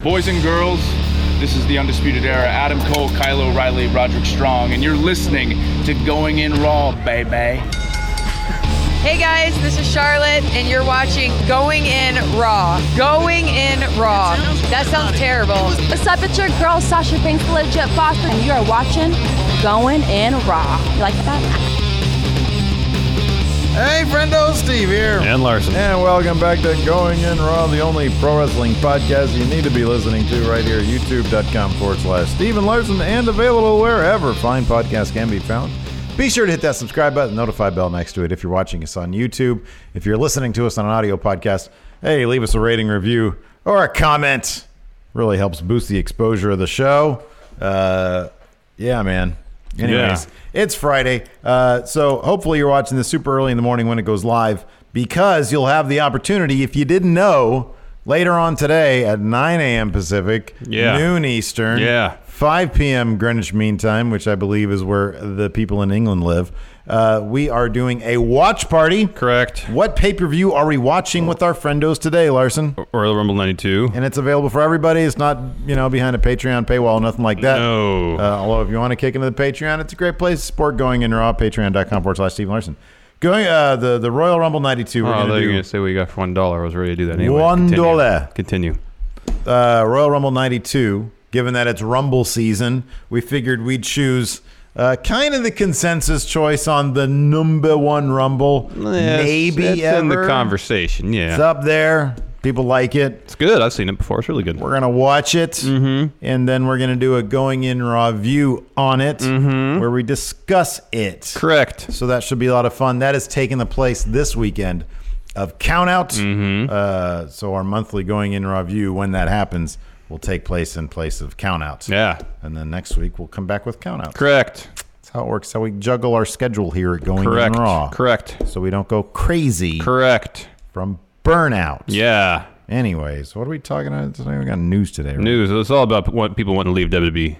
Boys and girls, this is the Undisputed Era. Adam Cole, Kylo Riley, Roderick Strong, and you're listening to Going In Raw, baby. Hey guys, this is Charlotte, and you're watching Going In Raw. Going In Raw. That sounds terrible. What's up? It's your girl Sasha Banks, legit boss, and you are watching Going In Raw. You like that? Hey, friendo, oh, Steve here. And Larson. And welcome back to Going In Raw, the only pro wrestling podcast you need to be listening to right here, youtube.com forward slash Steven Larson, and available wherever fine podcasts can be found. Be sure to hit that subscribe button, notify bell next to it if you're watching us on YouTube. If you're listening to us on an audio podcast, hey, leave us a rating, review, or a comment. Really helps boost the exposure of the show. Uh, yeah, man. Anyways, it's Friday. Uh, so hopefully you're watching this super early in the morning when it goes live because you'll have the opportunity, if you didn't know, later on today at 9 a.m. Pacific, Yeah. noon Eastern, Yeah. 5 p.m. Greenwich Mean Time, which I believe is where the people in England live. Uh, we are doing a watch party. Correct. What pay per view are we watching with our friendos today, Larson? Royal Rumble 92. And it's available for everybody. It's not, you know, behind a Patreon paywall, nothing like that. No. Uh, although if you want to kick into the Patreon, it's a great place. to Support going in raw. Patreon.com forward slash Stephen Larson. Going uh, the the Royal Rumble '92. We're oh, I thought gonna you were do going to say what you got for $1. I was ready to do that anyway. One Continue. dollar. Continue. uh, Royal Rumble '92. Given that it's Rumble season, we figured we'd choose uh, kind of the consensus choice on the number one Rumble. Maybe it's in the ever. conversation. Yeah. It's up there. People like it. It's good. I've seen it before. It's really good. We're gonna watch it, Mm-hmm. and then we're gonna do a going in raw view on it, Mm-hmm. where we discuss it. Correct. So that should be a lot of fun. That is taking the place this weekend of Countout. Mm-hmm. Uh, so our monthly going in review, when that happens, will take place in place of Countout. Yeah. And then next week we'll come back with Countout. Correct. That's how it works. How we juggle our schedule here at Going Correct. In Raw. Correct. So we don't go crazy Correct. from burnout. Yeah. Anyways, what are we talking about today? We got news today. Right? News. It's all about what people want to leave WWE.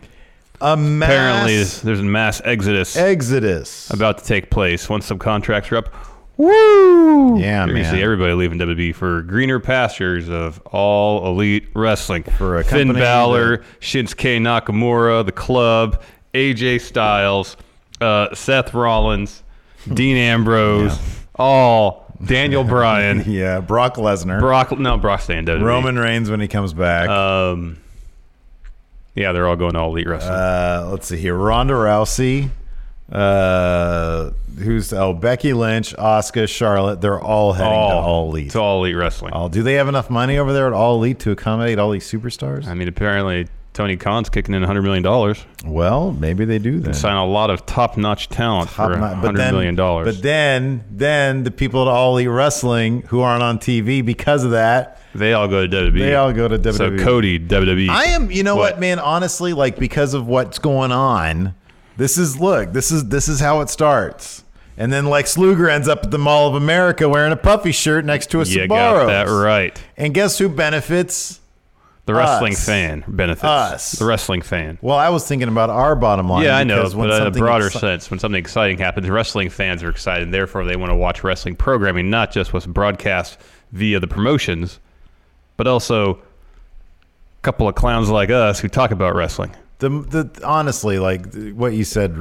A mass Apparently, there's- there's a mass exodus exodus. about to take place once some contracts are up. Woo! Yeah, You're gonna man. see everybody leaving WWE for greener pastures of all elite wrestling. For a Finn company Balor, Shinsuke Nakamura, The Club, AJ Styles, uh, Seth Rollins, Dean Ambrose, all Daniel Bryan, yeah, Brock Lesnar, Brock. No, Brock's staying in WWE. Roman Reigns when he comes back. Um, yeah, they're all going to all elite wrestling. Uh, let's see here. Ronda Rousey. Uh, who's oh Becky Lynch, Oscar, Charlotte? They're all heading to All Elite. To all elite wrestling. All- do they have enough money over there at All Elite to accommodate all these superstars? I mean, apparently Tony Khan's kicking in $100 million. well, maybe they do then. sign a lot of top-notch talent Top for notch- hundred million dollars. But then, then the people at All Elite Wrestling who aren't on TV because of that. they all go to WWE. They all go to So WWE. Cody E. WWE. I am, you know what? What? man? Honestly, like because of what's going on, this is look, this is this is how it starts. And then Lex Luger ends up at the Mall of America wearing a puffy shirt next to a you Subaru. got that right. And guess who benefits? The wrestling Us. fan benefits. Us. The wrestling fan. Well, I was thinking about our bottom line. yeah, I know, because when but in a something broader exci- sense, when something exciting happens, wrestling fans are excited, and therefore they want to watch wrestling programming, not just what's broadcast via the promotions, but also a couple of clowns like us who talk about wrestling. The, the honestly, like th- what you said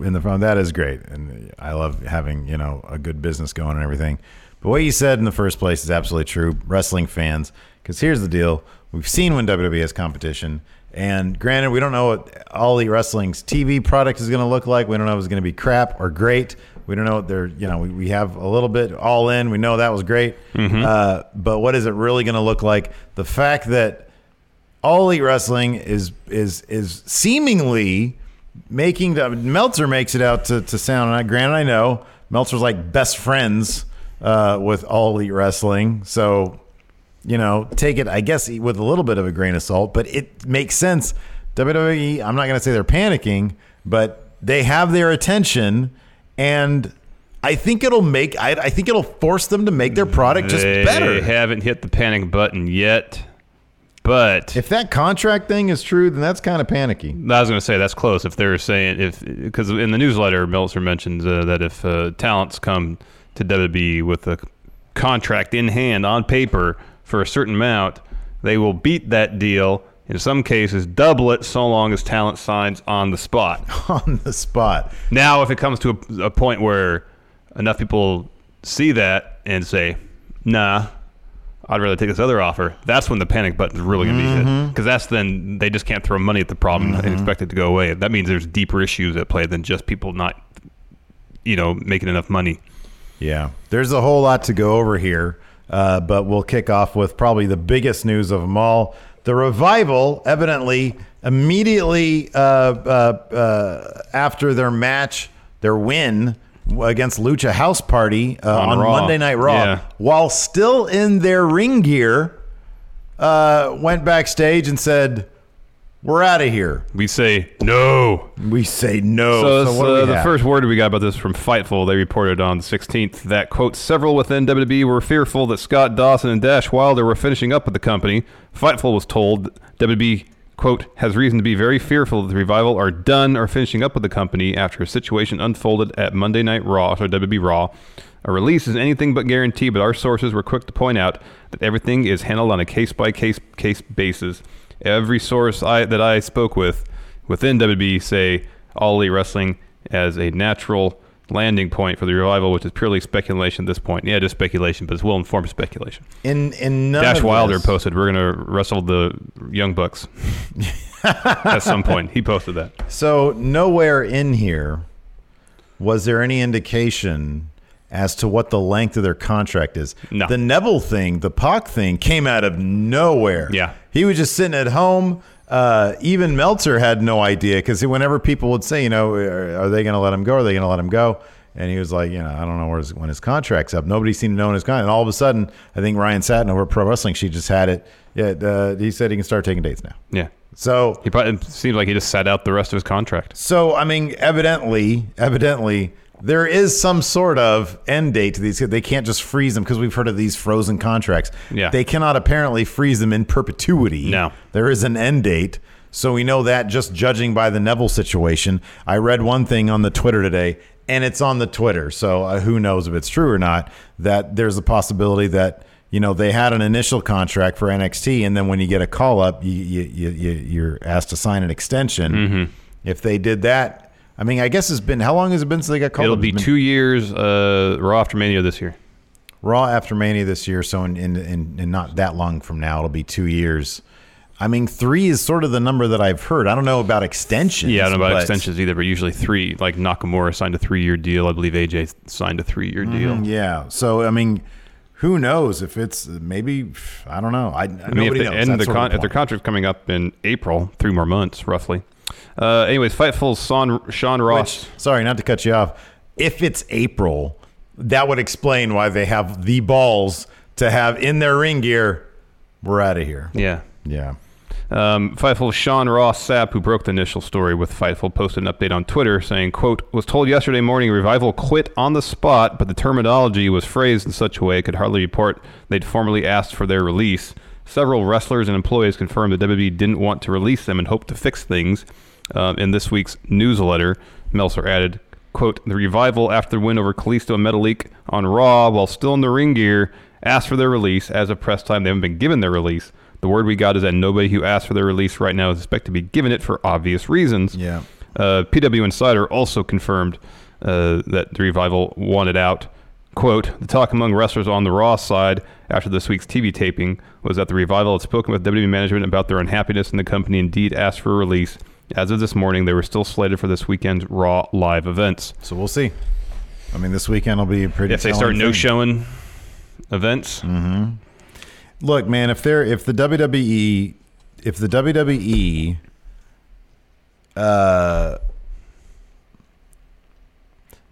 in the phone, that is great, and I love having you know a good business going and everything. But what you said in the first place is absolutely true, wrestling fans. Because here's the deal: we've seen when WWE has competition, and granted, we don't know what all Elite Wrestling's TV product is going to look like. We don't know if it's going to be crap or great. We don't know what they're you know we, we have a little bit all in. We know that was great, uh, but what is it really going to look like? The fact that all Elite Wrestling is is is seemingly making the Meltzer makes it out to, to sound. And I, granted, I know Meltzer's like best friends uh, with All Elite Wrestling, so you know, take it, I guess, with a little bit of a grain of salt, but it makes sense. WWE, I'm not going to say they're panicking, but they have their attention, and I think it'll make, I, I think it'll force them to make their product just they better. haven't hit the panic button yet, but if that contract thing is true, then that's kind of panicky. I was going to say that's close. If they're saying if because in the newsletter, Meltzer mentions uh, that if uh, talents come to WWE with a contract in hand on paper for a certain amount, they will beat that deal. In some cases, double it so long as talent signs on the spot. On the spot. Now, if it comes to a, a point where enough people see that and say, "Nah, I'd rather take this other offer," that's when the panic button's really going to be hit because that's then they just can't throw money at the problem and expect it to go away. That means there's deeper issues at play than just people not, you know, making enough money. Yeah, there's a whole lot to go over here, uh, but we'll kick off with probably the biggest news of them all. The revival, evidently, immediately uh, uh, uh, after their match, their win against Lucha House Party uh, On on, Raw. Monday Night Raw, Yeah. while still in their ring gear, uh, went backstage and said, "We're out of here." We say no. We say no. So, So it's, what do we uh, the have? first word we got about this from Fightful, they reported on the 16th that, quote, several within WWE were fearful that Scott Dawson and Dash Wilder were finishing up with the company. Fightful was told WWE, quote, has reason to be very fearful that the revival are done or finishing up with the company after a situation unfolded at Monday Night Raw, so WWE Raw. A release is anything but guaranteed, but our sources were quick to point out that everything is handled on a case by case case basis. Every source I, that I spoke with within WWE say all elite wrestling as a natural landing point for the revival, which is purely speculation at this point. Yeah, just speculation, but it's well informed speculation. in in none Dash of Wilder this- posted, "We're gonna wrestle the Young Bucks at some point." He posted that. So nowhere in here was there any indication as to what the length of their contract is. No. The Neville thing, the Pac thing, came out of nowhere. Yeah. he was just sitting at home. Uh, even Meltzer had no idea because whenever people would say, you know, are, are they going to let him go? Are they going to let him go? And he was like, you know, I don't know where his, when his contract's up. Nobody seemed to know when his contract. And all of a sudden, I think Ryan Satin over at Pro Wrestling, she just had it. Yeah, uh, he said he can start taking dates now. Yeah, So he probably it seemed like he just sat out the rest of his contract. so I mean, evidently, evidently, there is some sort of end date to these. They can't just freeze them because we've heard of these frozen contracts. Yeah. they cannot apparently freeze them in perpetuity. No. there is an end date. So we know that just judging by the Neville situation. I read one thing on the Twitter today, and it's on the Twitter. So uh, who knows if it's true or not? That there's a possibility that you know they had an initial contract for NXT, and then when you get a call up, you, you, you, you you're asked to sign an extension. Mm-hmm. If they did that, I mean, I guess it's been how long has it been since they got called? It'll up? be It's been two years uh, Raw after Mania this year. Raw after Mania this year, so in, in in in not that long from now, it'll be two years. I mean, three is sort of the number that I've heard. I don't know about extensions. Yeah, I don't know about but- extensions either, but usually three. Like Nakamura signed a three-year deal. I believe AJ signed a three-year Mm-hmm. deal. Yeah, so I mean, who knows if it's maybe I don't know. I, I mean, nobody if, they knows. end That's the sort of con- the if their point. contract's coming up in April, three more months, roughly. Uh, anyways, Fightful's Sean, Sean Ross. Which, sorry, not to cut you off. If it's April, that would explain why they have the balls to have in their ring gear. We're out of here. yeah. Yeah. Um, Fightful's Sean Ross Sapp, who broke the initial story with Fightful, posted an update on Twitter saying, quote, was told yesterday morning Revival quit on the spot, but the terminology was phrased in such a way it could hardly report they'd formally asked for their release. Several wrestlers and employees confirmed that WWE didn't want to release them and hoped to fix things. Um, in this week's newsletter, Meltzer added, quote, the revival after the win over Kalisto and Metalik on Raw while still in the ring gear asked for their release. As of press time, they haven't been given their release. The word we got is that nobody who asked for their release right now is expected to be given it for obvious reasons. Yeah. Uh, PW Insider also confirmed uh, that the revival wanted out. Quote, the talk among wrestlers on the Raw side after this week's TV taping was that the revival had spoken with WWE management about their unhappiness and the company indeed asked for a release. As of this morning, they were still slated for this weekend's Raw live events. So we'll see. I mean, this weekend will be a pretty. If they start telling no thing. showing events, Mm-hmm. Look, man, if they're if the E WWE if the WWE uh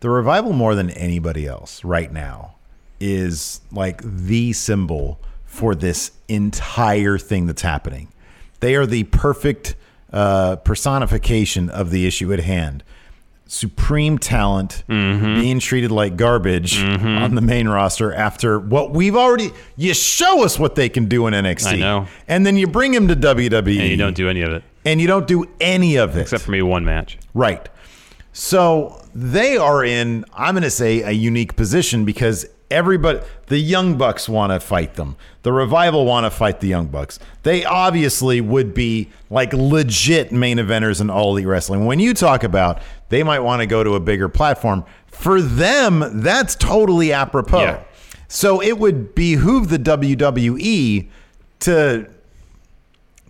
the revival more than anybody else right now is like the symbol for this entire thing that's happening. They are the perfect uh, personification of the issue at hand. Supreme talent Mm-hmm. being treated like garbage on the main roster after what we've already. You show us what they can do in NXT, I know. and then you bring him to WWE, and you don't do any of it and you don't do any of it except for me one match. Right. So they are in, I'm going to say, a unique position because everybody, the Young Bucks want to fight them. The Revival want to fight the Young Bucks. They obviously would be like legit main eventers in all elite wrestling. When you talk about they might want to go to a bigger platform, for them, that's totally apropos. Yeah. So it would behoove the E WWE to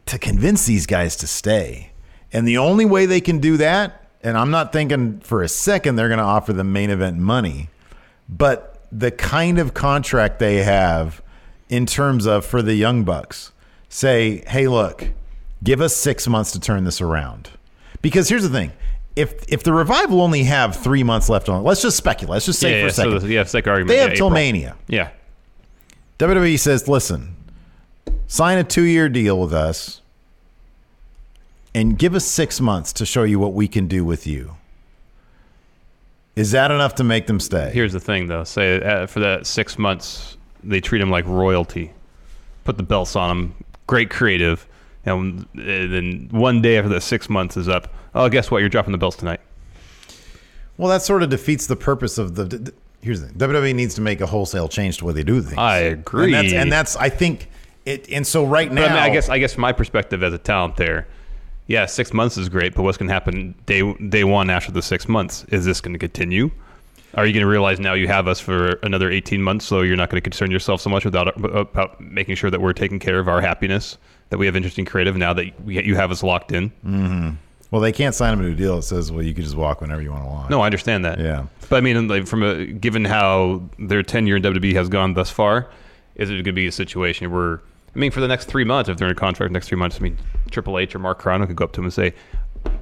to convince these guys to stay. And the only way they can do that, and I'm not thinking for a second they're going to offer them main event money, but the kind of contract they have in terms of for the Young Bucks say, hey, look, give us six months to turn this around. Because here's the thing. If, if the revival only have three months left on, let's just speculate. Let's just say yeah, for yeah, a second, So the, yeah, second argument. they yeah, have till April. Mania. Yeah, WWE E says, listen, sign a two year deal with us and give us six months to show you what we can do with you. Is that enough to make them stay? Here's the thing, though. Say uh, for that six months, they treat him like royalty. Put the belts on him. Great creative. And uh, then one day after that six months is up, oh, guess what? You're dropping the belts tonight. Well, that sort of defeats the purpose of the. d- d- Here's the thing WWE needs to make a wholesale change to the way they do things. I agree. And that's, and that's I think, it. and so right now. But I, mean, I guess I guess from my perspective as a talent there, yeah, six months is great. But what's going to happen day day one after the six months? Is this going to continue? Are you going to realize now you have us for another eighteen months, so you're not going to concern yourself so much without about making sure that we're taking care of our happiness, that we have interesting creative now that we, you have us locked in. well, they can't sign them a new deal. It says, well, you can just walk whenever you want to walk. No, I understand that. Yeah. but I mean, like from a given how their tenure in WWE has gone thus far, is it going to be a situation where I mean, for the next three months, if they're in a contract, next three months, I mean, Triple H or Mark Carano could go up to him and say,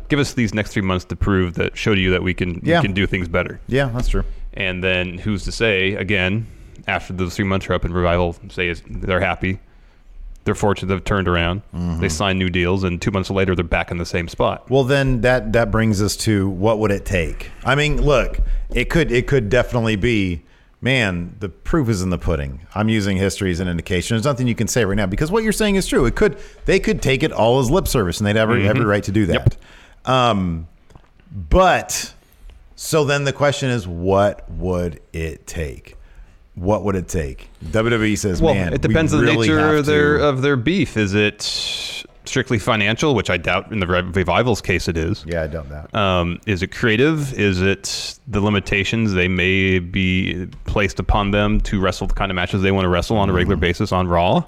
"Give us these next three months to prove that, show to you that we can Yeah. we can do things better." Yeah, that's true. And then who's to say again after those three months are up and revival say is, they're happy, they're fortunate they've turned around, Mm-hmm. they sign new deals, and two months later they're back in the same spot. Well, then that that brings us to what would it take? I mean, look, it could it could definitely be. Man, the proof is in the pudding. I'm using history as an indication. There's nothing you can say right now because what you're saying is true. It could they could take it all as lip service, and they'd have every, Mm-hmm. every right to do that. Um, but so then the question is, what would it take? What would it take? WWE says, Well, man, it depends we on the really nature have of their uh, to- of their beef. Is it strictly financial, which I doubt in the Rev- revivals case it is. yeah, I doubt that. Um, is it creative? Is it the limitations they may be placed upon them to wrestle the kind of matches they want to wrestle on a Mm-hmm. regular basis on Raw?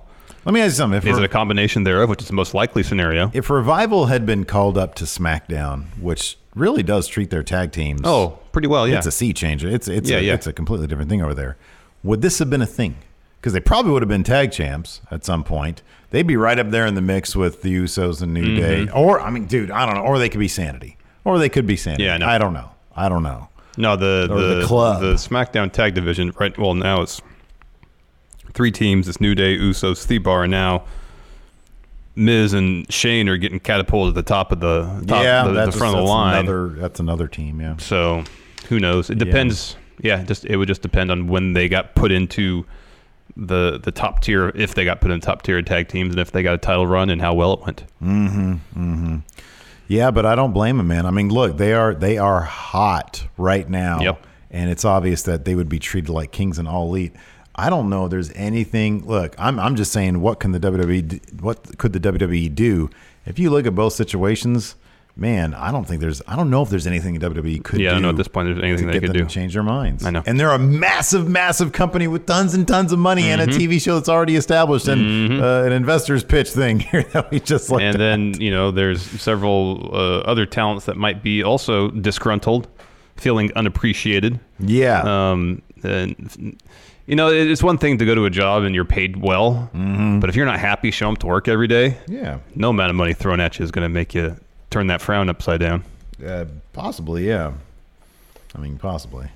Let me ask you something. If Is we're- it a combination thereof, which is the most likely scenario? If Revival had been called up to SmackDown, which really does treat their tag teams, Oh, pretty well, yeah. it's a sea changer. It's it's Yeah, a, yeah. it's a completely different thing over there. Would this have been a thing? Because they probably would have been tag champs at some point. They'd be right up there in the mix with the Usos and New Day, Mm-hmm. or I mean, dude, I don't know. Or they could be Sanity, or they could be Sanity. Yeah, I know. I don't know. I don't know. No, the Or the, the club. the SmackDown tag division. Right. Well, now it's three teams. It's New Day, Usos, The Bar, and now Miz and Shane are getting catapulted to the top of the top, yeah, the, the that's front of that's the line. Another, that's another team. Yeah. So who knows? It depends. Yeah. just it would just depend on when they got put into the the top tier. If they got put in top tier of tag teams, and if they got a title run, and how well it went. Yeah, but I don't blame them, man. I mean, look, they are they are hot right now, Yep. and it's obvious that they would be treated like kings and all elite. I don't know. if There's anything. Look, I'm I'm just saying, what can the WWE d- what could the WWE do? If you look at both situations, man, I don't think there's I don't know if there's anything the WWE could. Yeah, do I don't know at this point there's anything to they get could them do. to change their minds. I know. and they're a massive, massive company with tons and tons of money and a Mm-hmm. TV show that's already established and uh, an investors pitch thing here that we just looked and at. then you know there's several uh, other talents that might be also disgruntled feeling unappreciated Yeah. um and you know it- it's one thing to go to a job and you're paid well Mm-hmm. but if you're not happy showing up to work every day yeah. no amount of money thrown at you is going to make you turn that frown upside down Uh, possibly, yeah. I mean, possibly.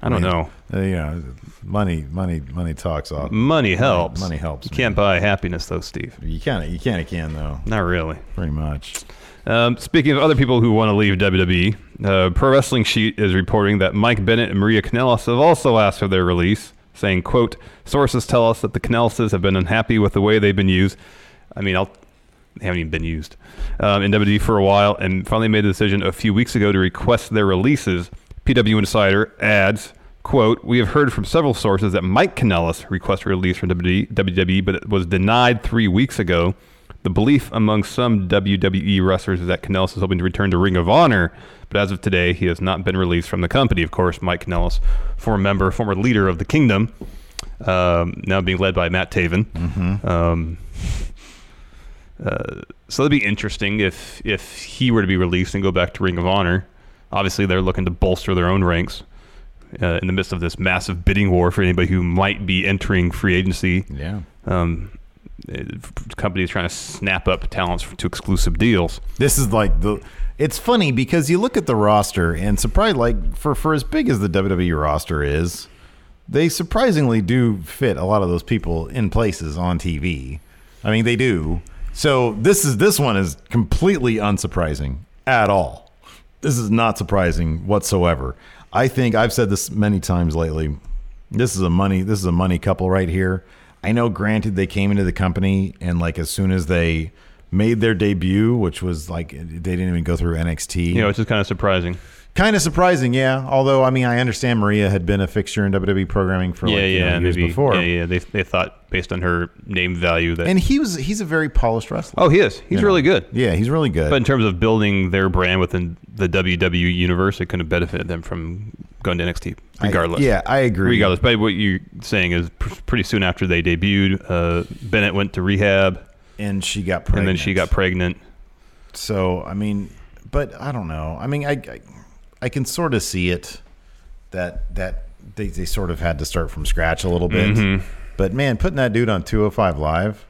I don't mean, know. uh, you know, money, money, money talks. Off. Money helps. money helps, You man. can't buy happiness though, Steve. You can't. You can't. You can though. Not really. Pretty much. Um, speaking of other people who want to leave WWE, uh, Pro Wrestling Sheet is reporting that Mike Bennett and Maria Kanellis have also asked for their release, saying, quote, sources tell us that the Kanellises have been unhappy with the way they've been used. I mean, I'll, they haven't even been used um, in WWE for a while and finally made the decision a few weeks ago to request their releases. PW Insider adds, quote, we have heard from several sources that Mike Kanellis requested a release from WWE, WWE, E, but it was denied three weeks ago. The belief among some WWE wrestlers is that Kanellis is hoping to return to Ring of Honor, but as of today, he has not been released from the company. Of course, Mike Kanellis, former member, former leader of the Kingdom, um, now being led by Matt Taven. Mm-hmm. Um, uh, so that'd be interesting if if he were to be released and go back to Ring of Honor. Obviously, they're looking to bolster their own ranks uh, in the midst of this massive bidding war for anybody who might be entering free agency Yeah. um, eh, f- companies trying to snap up talents f- to exclusive deals. This is like the. It's funny because you look at the roster and surprise, like for for as big as the WWE roster is, they surprisingly do fit a lot of those people in places on TV. I mean, they do. So this is this one is completely unsurprising at all. This is not surprising whatsoever. I think I've said this many times lately. This is a money this is a money couple right here. I know granted they came into the company and like as soon as they made their debut, which was like they didn't even go through NXT You know, it's just kind of surprising. kind of surprising, yeah. Although, I mean, I understand Maria had been a fixture in WWE programming for yeah, like you know, yeah, years maybe. before, Yeah, yeah. They, they thought based on her name value that. and he was he's a very polished wrestler. oh, he is. He's you know. really good. Yeah, he's really good. But in terms of building their brand within the WWE universe, it couldn't have benefited them from going to NXT, I- regardless. yeah, I agree. Regardless, but what you're saying is pr- pretty soon after they debuted, uh, Bennett went to rehab, and she got pregnant. and then she got pregnant. So I mean, but I don't know. I mean, I I, I can sort of see it that that they, they sort of had to start from scratch a little bit. Mm-hmm. But man, putting that dude on 205 live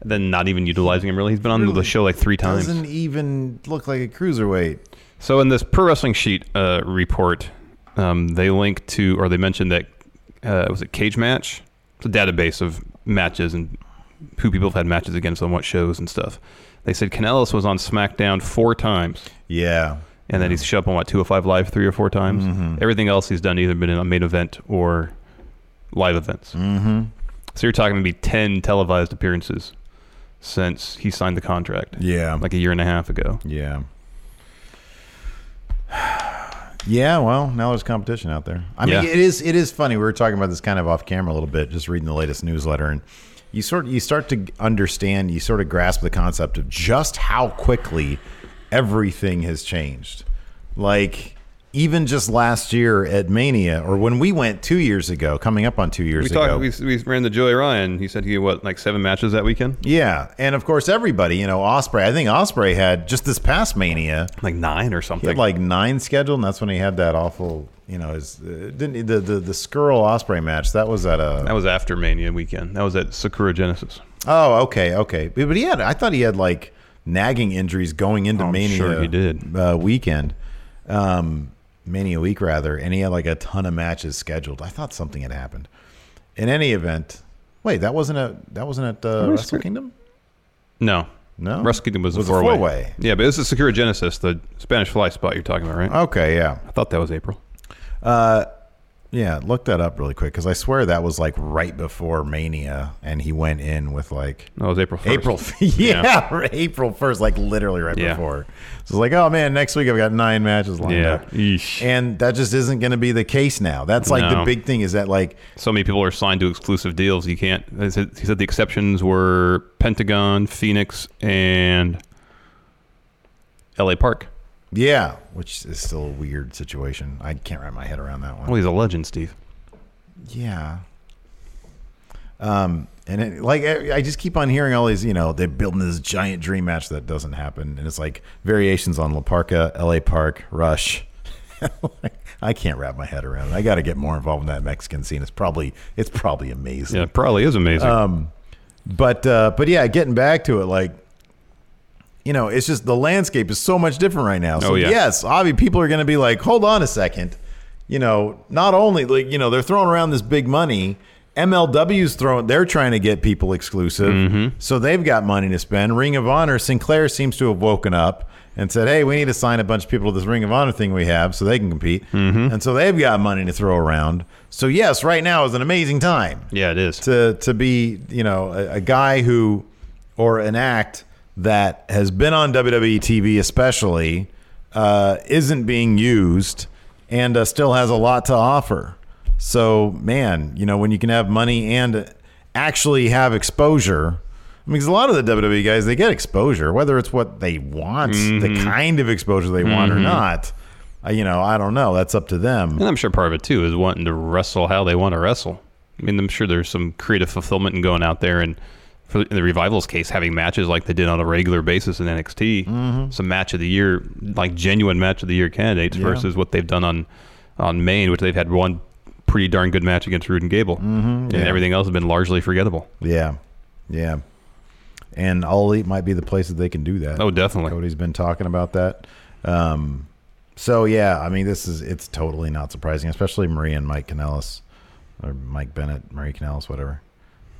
And then not even utilizing him really. He's been on the show like three times. doesn't even look like a cruiserweight. So in this pro wrestling sheet uh, report, um, they link to or they mentioned that uh, was it Cage Match? It's a database of matches and who people have had matches against on what shows and stuff. They said Canellis was on SmackDown four times, Yeah, Mm-hmm. and then he's showed up on what 205 Live three or four times. Everything else he's done either been in a main event or live events. Mm-hmm. So you're talking maybe ten televised appearances since he signed the contract, yeah, like a year and a half ago. Yeah. Yeah, well, now there's competition out there. I mean, Yeah. it is it is funny. We were talking about this kind of off camera a little bit, just reading the latest newsletter, and you sort you start to understand, you sort of grasp the concept of just how quickly everything has changed. Like even just last year at Mania, or when we went two years ago, coming up on two years We ago, talked. We, we ran the Joey Ryan. He said he had, what like seven matches that weekend. yeah, and of course everybody, you know, Osprey. I think Osprey had just this past Mania. Like nine or something. He had like nine scheduled, and that's when he had that awful, you know, his uh, didn't he- the the the Skrull Osprey match. That was at a that was after Mania weekend. That was at Sakura Genesis. oh okay okay, but, but he had I thought he had like nagging injuries going into Oh, I'm Mania. sure he did. uh, weekend, um, Mania week rather, and he had like a ton of matches scheduled. I thought something had happened. In any event, wait, that wasn't a that wasn't at uh, Wrestle Kingdom. No, No? Wrestle Kingdom was, Was a a four way. four-way. Yeah, but this is Sakura Genesis, the Spanish fly spot you're talking about, right? Okay, yeah. I thought that was April. Yeah, look that up really quick because I swear that was like right before Mania, and he went in with like No, it was April. 1st. April, yeah, April first, like literally right Yeah. before. So it's like, oh man, next week I've got nine matches lined Yeah. up, Yeesh. and that just isn't going to be the case now. That's like No. the big thing is that like, So many people are signed to exclusive deals. You can't. He said he said the exceptions were Pentagon, Phoenix, and L.A. Park. yeah, which is still a weird situation. I can't wrap my head around that one. Well, he's a legend, Steve. Yeah. Um, and it, like I I just keep on hearing all these, you know, they're building this giant dream match that doesn't happen, and it's like variations on La Parca, L.A. Park, Rush. I can't wrap my head around it. I got to get more involved in that Mexican scene. It's probably it's probably amazing. Yeah, probably is amazing. Um, But uh, but yeah, getting back to it, like you know, it's just the landscape is so much different right now. So Oh, yeah. yes, obviously people are going to be like, hold on a second, you know, not only like you know they're throwing around this big money. MLW's throwing; they're trying to get people exclusive, Mm-hmm. so they've got money to spend. Ring of Honor, Sinclair seems to have woken up and said, "Hey, we need to sign a bunch of people to this Ring of Honor thing we have, so they can compete." Mm-hmm. And so they've got money to throw around. So yes, right now is an amazing time Yeah, it is. to to be you know a, a guy who or an act that has been on WWE TV especially uh, isn't being used and uh, still has a lot to offer. So man, you know when you can have money and actually have exposure. I mean, 'cause a lot of the WWE guys they get exposure, whether it's what they want, the kind of exposure they want or not. Uh, you know, I don't know. That's up to them. And I'm sure part of it too is wanting to wrestle how they want to wrestle. I mean, I'm sure there's some creative fulfillment in going out there and, for in the revivals case, having matches like they did on a regular basis in NXT, some match of the year, like genuine match of the year candidates versus what they've done on on Maine, which they've had one pretty darn good match against Rude and Gable, and everything else has been largely forgettable. Yeah, yeah. And All Elite might be the place that they can do that. Oh, definitely. Cody's been talking about that. Um, so yeah, I mean, this is it's totally not surprising, especially Marie and Mike Canellis, or Mike Bennett, Marie Canellis, whatever.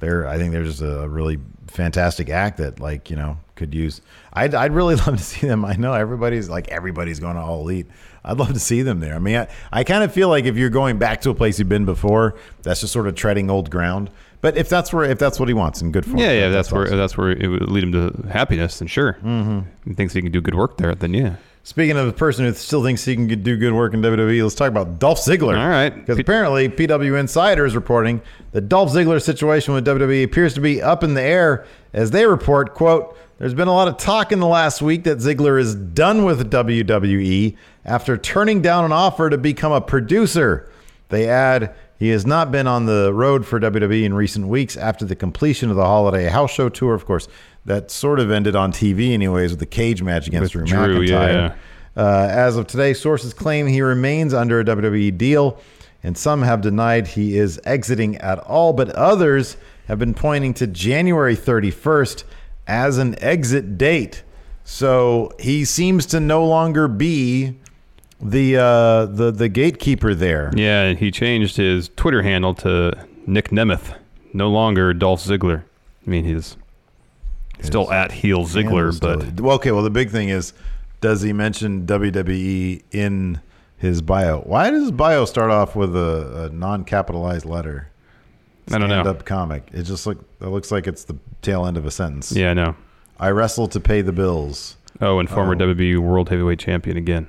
They're, I think they're just a really fantastic act that like you know could use. I'd, I'd really love to see them. I know everybody's like everybody's going to All Elite. I'd love to see them there. I mean, I, I kind of feel like if you're going back to a place you've been before, that's just sort of treading old ground. But if that's where if that's what he wants, and good for him. Yeah, yeah, that's, where awesome. that's where it would lead him to happiness, and sure, mm-hmm. he thinks he can do good work there. Then yeah, Speaking of a person who still thinks he can do good work in WWE, let's talk about Dolph Ziggler. All right. Because P- apparently, PW Insider is reporting that Dolph Ziggler's situation with WWE appears to be up in the air as they report, quote, there's been a lot of talk in the last week that Ziggler is done with WWE after turning down an offer to become a producer. They add, he has not been on the road for WWE in recent weeks after the completion of the holiday house show tour. Of course, that sort of ended on TV, anyways, with the cage match against With Drew McIntyre. Drew, yeah. Uh, as of today, sources claim he remains under a WWE deal, and some have denied he is exiting at all, but others have been pointing to January 31st as an exit date. So he seems to no longer be the uh, the the gatekeeper there. yeah, and he changed his Twitter handle to Nick Nemeth, no longer Dolph Ziggler. I mean, he's still at heel Ziggler, but well, okay. Well, the big thing is, does he mention WWE in his bio? Why does his bio start off with a, a non-capitalized letter? I don't know. Stand-up comic. It just look. It looks like it's the tail end of a sentence. yeah, I know. I wrestle to pay the bills. Oh, and former WWE World Heavyweight Champion again.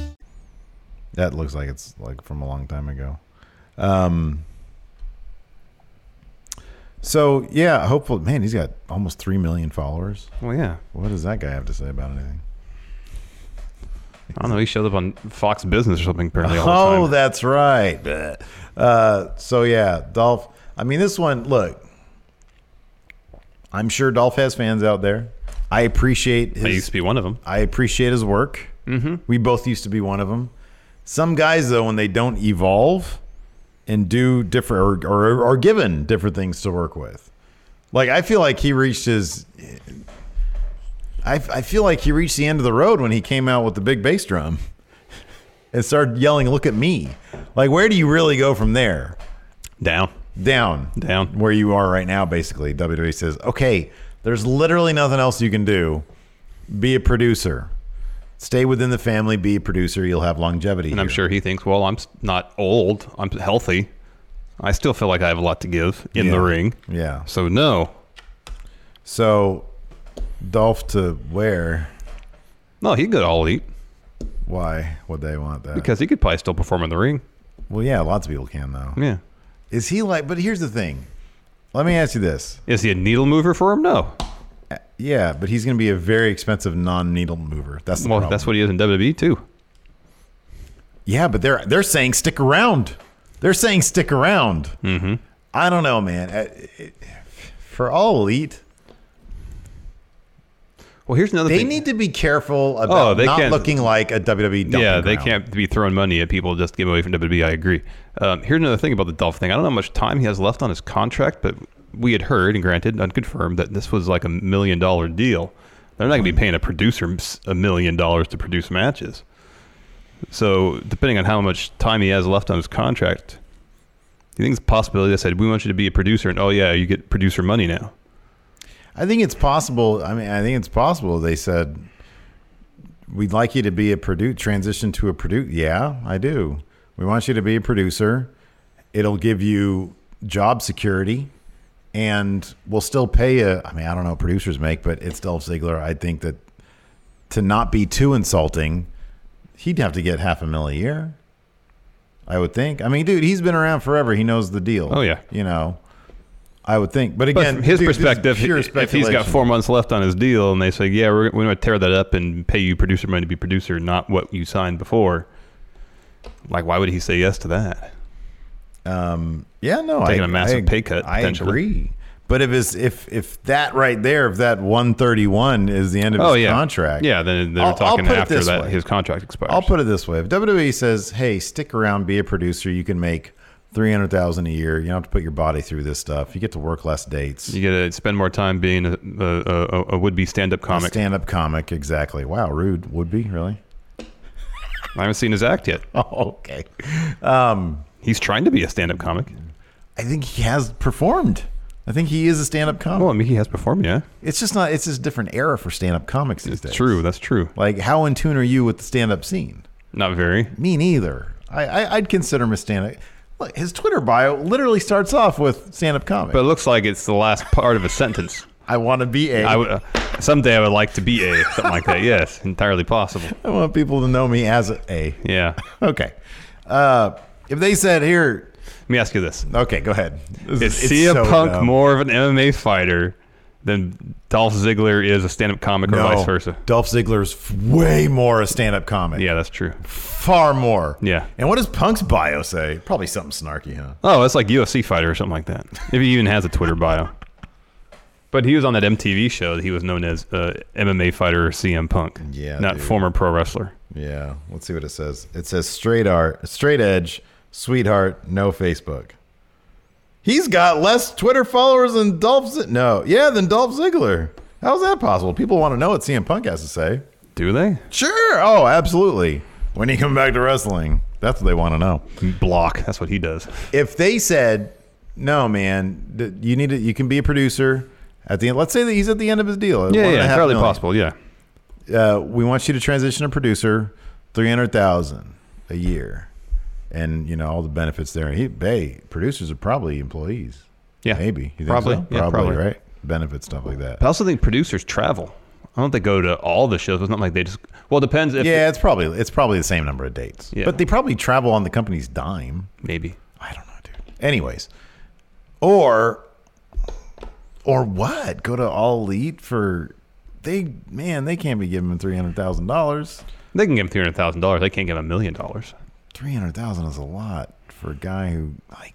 That looks like it's like from a long time ago. Um, so yeah, hopeful man. He's got almost three million followers. Well, yeah. What does that guy have to say about anything? I don't know. He showed up on Fox Business or something apparently. All the Oh, time. that's right. Uh, so yeah, Dolph. I mean, this one. Look, I'm sure Dolph has fans out there. I appreciate I used his. to be one of them. I appreciate his work. Mm-hmm. We both used to be one of them. Some guys, though, when they don't evolve and do different or, or are given different things to work with, like I feel like he reached his. I, I feel like he reached the end of the road when he came out with the big bass drum and started yelling, "Look at me!" Like, where do you really go from there? Down. Down, Down. where you are right now. Basically, WWE says, "Okay, there's literally nothing else you can do. Be a producer. Stay within the family. Be a producer. You'll have longevity." And I'm here." sure he thinks, well, I'm s- not old. I'm healthy. I still feel like I have a lot to give in Yeah. the ring. Yeah. So no, So, Dolph to where? no, he could all eat Why would they want that? because he could probably still perform in the ring. well, yeah, lots of people can though. Yeah. Is he like? But here's the thing. Let me ask you this. Is he a needle mover for him? No. Yeah, but he's going to be a very expensive non-needle mover. That's the Well, problem. that's what he is in WWE too. Yeah, but they're they're saying stick around. They're saying stick around. Mm-hmm. I don't know, man. Uh, it- For all elite, Well, here's another they thing. need to be careful about Oh, they not can't- looking like a WWE. dumping yeah, they ground. can't be throwing money at people just to get away from WWE. I agree. Um, here's another thing about the Dolph thing. I don't know how much time he has left on his contract, but we had heard and granted, unconfirmed, that this was like a million dollar deal. They're not going Hmm. to be paying a producer s- a million dollars to produce matches. So, depending on how much time he has left on his contract, do you think it's a possibility they said, We want you to be a producer, and oh, yeah, you get producer money now? I think it's possible. I mean, I think it's possible. They said we'd like you to be a produ transition to a produ. Yeah, I do. We want you to be a producer. It'll give you job security, and we'll still pay you. I mean, I don't know what producers make, but it's Dolph Ziggler. I think that to not be too insulting, he'd have to get half a mil a year. I would think. I mean, dude, he's been around forever. He knows the deal. Oh, yeah. you know. I would think, but But again, from his dude, this is perspective, pure if he's got speculation. four months left on his deal, and they say, "Yeah, we're, we're going to tear that up and pay you producer money to be producer, not what you signed before," like why would he say yes to that? Yeah, no, Taking I, a massive I- pay cut, I potentially. agree. But if it's if if that right there, if that one thirty one is the end of oh his yeah, contract, Yeah, then they're I'll- I'll talking put it after this that way. his contract expires. I'll put it this way: if WWE says, "Hey, stick around, be a producer, you can make three hundred thousand a year. You don't have to put your body through this stuff. You get to work less dates. you got to spend more time being a, a, a, a would-be stand-up comic. Stand up comic, exactly. Wow, rude would be really. I haven't seen his act yet. Oh, okay. Um, He's trying to be a stand-up comic. I think he has performed. I think he is a stand up comic. Well, Oh, I mean, he has performed. Yeah, it's just not. It's just a different era for stand up comics these it's days. true. That's true. Like, how in tune are you with the stand up scene? Not very. Me neither. I, I I'd consider him a stand-up. Look, his Twitter bio literally starts off with stand-up comic. But it looks like it's the last part of a sentence. I want to be a. I I would, uh, someday I would like to be a something like that. Yes, entirely possible. want people to know me as a. a. Yeah. Okay. Uh, if they said here, Let me ask you this: okay, go ahead. This Is it's CM so Punk dumb. more of an MMA fighter than Dolph Ziggler is a stand-up comic, or No, vice versa? Dolph Ziggler's f- way more a stand-up comic. Yeah, that's true. far more. Yeah. And what does Punk's bio say? Probably something snarky, huh? Oh, it's like UFC fighter or something like that. If he even has a Twitter bio. But he was on that MTV show. That he was known as uh, MMA fighter or CM Punk. Yeah, not dude. former pro wrestler. Yeah. Let's see what it says. It says straight art, straight edge, sweetheart, no Facebook. He's got less Twitter followers than Dolph. Z- no, yeah, than Dolph Ziggler. How's that possible? People want to know what CM Punk has to say. Do they Sure. Oh, absolutely. When you come back to wrestling, that's what they want to know. block? That's what he does. If they said, "No, man, th- you need to, you can be a producer." At the end, let's say that he's at the end of his deal. at Yeah, one and a yeah, half entirely million. possible. Yeah, uh, we want you to transition to producer, three hundred thousand a year, and you know all the benefits there. He, hey, producers are probably employees. yeah, maybe you think probably, so? yeah, probably right. Benefits stuff like that. But I also think producers travel. I don't think they go to all the shows. It's not like they just. Well, it depends if Yeah, it's probably it's probably the same number of dates, Yeah. but they probably travel on the company's dime. maybe. I don't know, dude. Anyways, or or what? Go to All Elite for they man, they can't be giving him three hundred thousand dollars. They can give him three hundred thousand dollars. They can't give him a million dollars. Three hundred thousand is a lot for a guy who like.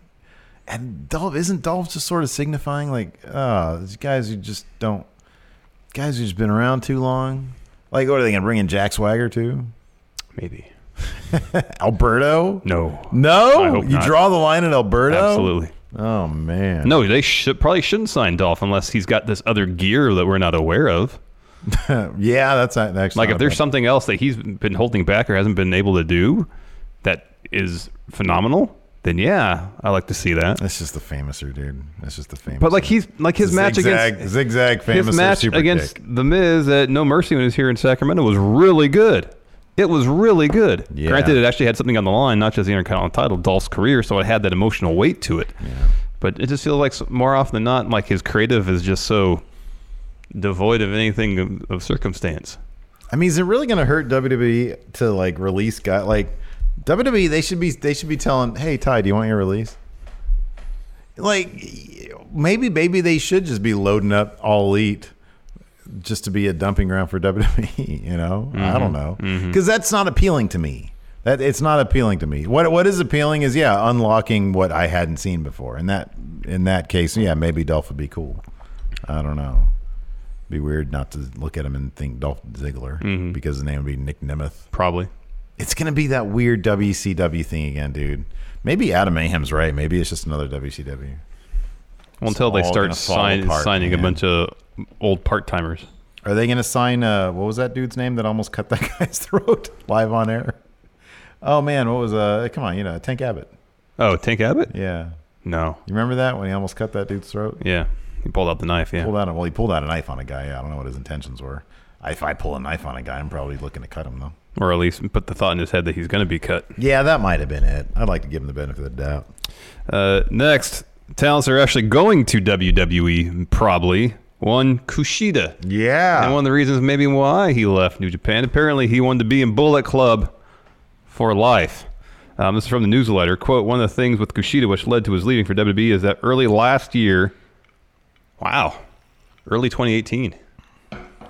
And Dolph isn't Dolph just sort of signifying like, uh, these guys who just don't, guys who've just been around too long. Like, what are they gonna bring in Jack Swagger too? Maybe. Alberto? No. No, I hope you not. draw the line at Alberto. Absolutely. Oh man. No, they should, probably shouldn't sign Dolph unless he's got this other gear that we're not aware of. Yeah, that's not- actually Like not if there's bad. something else that he's been holding back or hasn't been able to do that is phenomenal, then yeah, I like to see that. That's just the famouser, dude. That's just the famous. But like he's like his match zigzag, against zigzag famous his match super against kick. the Miz at No Mercy when he was here in Sacramento was really good. It was really good. Yeah. Granted, it actually had something on the line, not just the Intercontinental title, Dolph's career, so it had that emotional weight to it. But it just feels like s- more often than not, like his creative is just so devoid of anything of, of circumstance. I mean, is it really going to hurt WWE to like release guy like WWE? They should be they should be telling, hey Ty, do you want your release? Like maybe maybe they should just be loading up all elite just to be a dumping ground for WWE. You know, I don't know because that's not appealing to me. That it's not appealing to me. What what is appealing is yeah, unlocking what I hadn't seen before. And that in that case, yeah, maybe Dolph would be cool. I don't know. Be weird not to look at him and think Dolph Ziggler because his name would be Nick Nemeth. Probably. It's gonna be that weird WCW thing again, dude. Maybe Adam Mayhem's right. Maybe it's just another WCW. Well, until they all start gonna fall sign, apart, signing man. a bunch of old part timers. Are they going to sign? Uh, what was that dude's name that almost cut that guy's throat live on air? Oh man, what was? Uh, come on, you know Tank Abbott. Oh, Tank Abbott? Yeah, No. you remember that when he almost cut that dude's throat? Yeah. He pulled out the knife, yeah. Pulled out a, well, he pulled out a knife on a guy. Yeah, I don't know what his intentions were. If I pull a knife on a guy, I'm probably looking to cut him though. Or at least put the thought in his head that he's going to be cut. Yeah, that might have been it. I'd like to give him the benefit of the doubt. Uh, next, talents are actually going to WWE, probably. One, Kushida. Yeah, And one of the reasons maybe why he left New Japan, apparently he wanted to be in Bullet Club for life. Um, this is from the newsletter. Quote, one of the things with Kushida which led to his leaving for WWE is that early last year, wow, early 2018,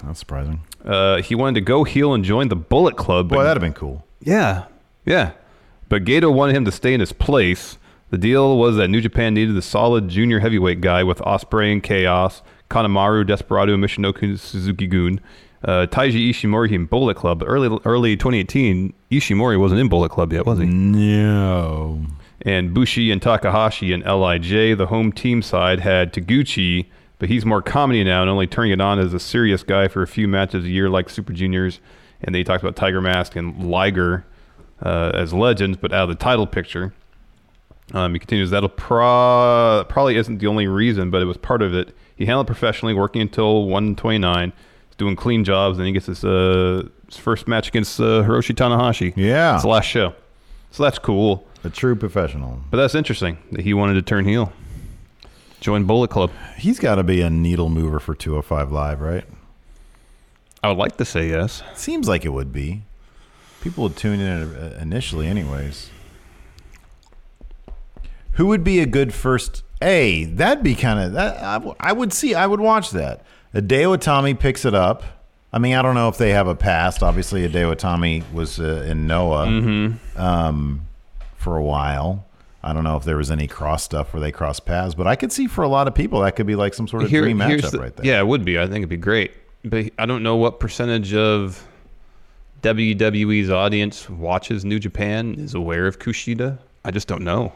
that's surprising. uh, he wanted to go heel and join the Bullet Club. but Boy, that'd have been cool. yeah, yeah. But Gato wanted him to stay in his place. The deal was that New Japan needed a solid junior heavyweight guy with Osprey and Chaos, Kanemaru, Desperado, and Michinoku Suzuki Gun, uh, Taiji Ishimori in Bullet Club. Early early 2018, Ishimori wasn't in Bullet Club yet, was he? No. And Bushi and Takahashi and Lij, the home team side, had Taguchi, but he's more comedy now and only turning it on as a serious guy for a few matches a year, like Super Juniors. And they talked about Tiger Mask and Liger uh, as legends, but out of the title picture. Um, he continues, that'll pro- probably isn't the only reason, but it was part of it. He handled it professionally, working until 129, doing clean jobs, and he gets his, uh, his first match against uh, Hiroshi Tanahashi. Yeah. It's the last show. So that's cool. A true professional. But that's interesting that he wanted to turn heel. Join Bullet Club. He's got to be a needle mover for 205 Live, right? I would like to say yes. Seems like it would be. People would tune in uh, initially, anyways. Who would be a good first? Hey, that'd be kind of that. I, w- I would see. I would watch that. Hideo Itami picks it up. I mean, I don't know if they have a past. Obviously, Hideo Itami was uh, in Noah Mm-hmm. um, for a while. I don't know if there was any cross stuff where they crossed paths, but I could see for a lot of people that could be like some sort of Here- dream here's matchup the- right there. Yeah, it would be. I think it'd be great. But I don't know what percentage of WWE's audience watches New Japan, is aware of Kushida. I just don't know.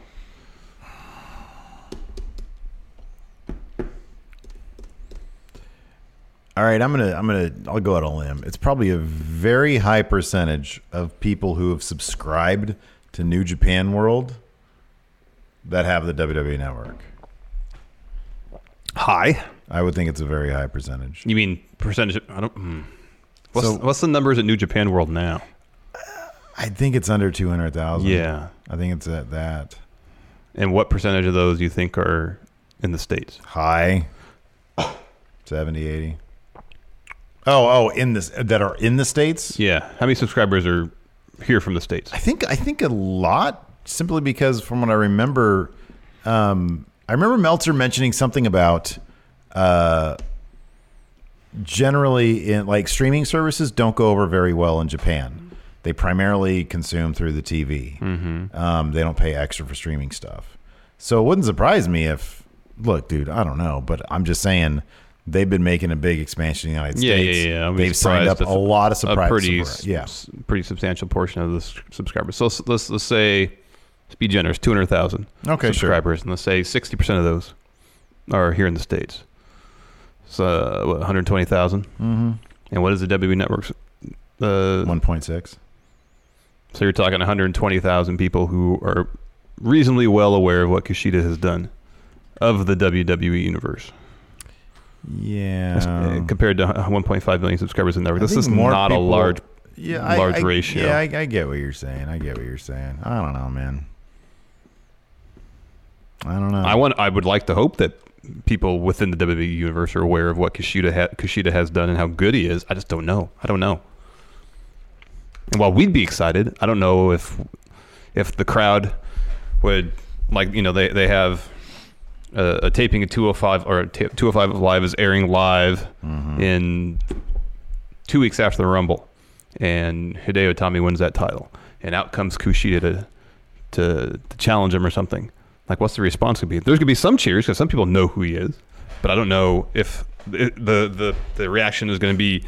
All right, I'm gonna, I'm gonna, I'll go out on a limb. It's probably a very high percentage of people who have subscribed to New Japan World that have the WWE Network. High? I would think it's a very high percentage. You mean percentage? of- I don't. Hmm. What's, So- what's the numbers at New Japan World now? I think it's under two hundred thousand. Yeah. I think it's at that And what percentage of those you think are in the States? high, 70, 80. Oh, oh, in this that are in the states. Yeah. How many subscribers are here from the States? I think I think a lot simply because from what I remember, um, I remember Meltzer mentioning something about uh, generally in like streaming services don't go over very well in Japan. They primarily consume through the TV. Mm-hmm. Um, they don't pay extra for streaming stuff. So it wouldn't surprise me if look, dude, I don't know, but I'm just saying they've been making a big expansion in the United Yeah, States. yeah, yeah. I'd be They've signed up surprised a if lot of surprise A pretty, surprise- Yeah. s- pretty substantial portion of the s- subscribers. So s- let's let's say, let's be generous, two hundred thousand Okay, sure. subscribers, and let's say sixty percent of those are here in the states. So uh, what, one hundred twenty thousand. Mm-hmm. And what is the WB Network's? Uh, 1.6. so you're talking one hundred twenty thousand people who are reasonably well aware of what Kushida has done of the WWE universe, That's, uh, Yeah. compared to one point five million subscribers in the network. Oh. I This think is more not people- a large yeah, large I, I, ratio. Yeah, I, I get what you're saying. I get what you're saying. I don't know, man. I don't know. I want. I would like to hope that people within the WWE universe are aware of what Kushida ha- Kushida has done and how good he is. I just don't know. I don't know. And while we'd be excited, I don't know if if the crowd would like. You know, they they have a, a taping of 205 or ta- 205 live is airing live Mm-hmm. in two weeks after the Rumble, and Hideo Itami wins that title, and out comes Kushida to to, to challenge him or something. Like, what's the response going to be? There's going to be some cheers because some people know who he is, but I don't know if the the the, the reaction is going to be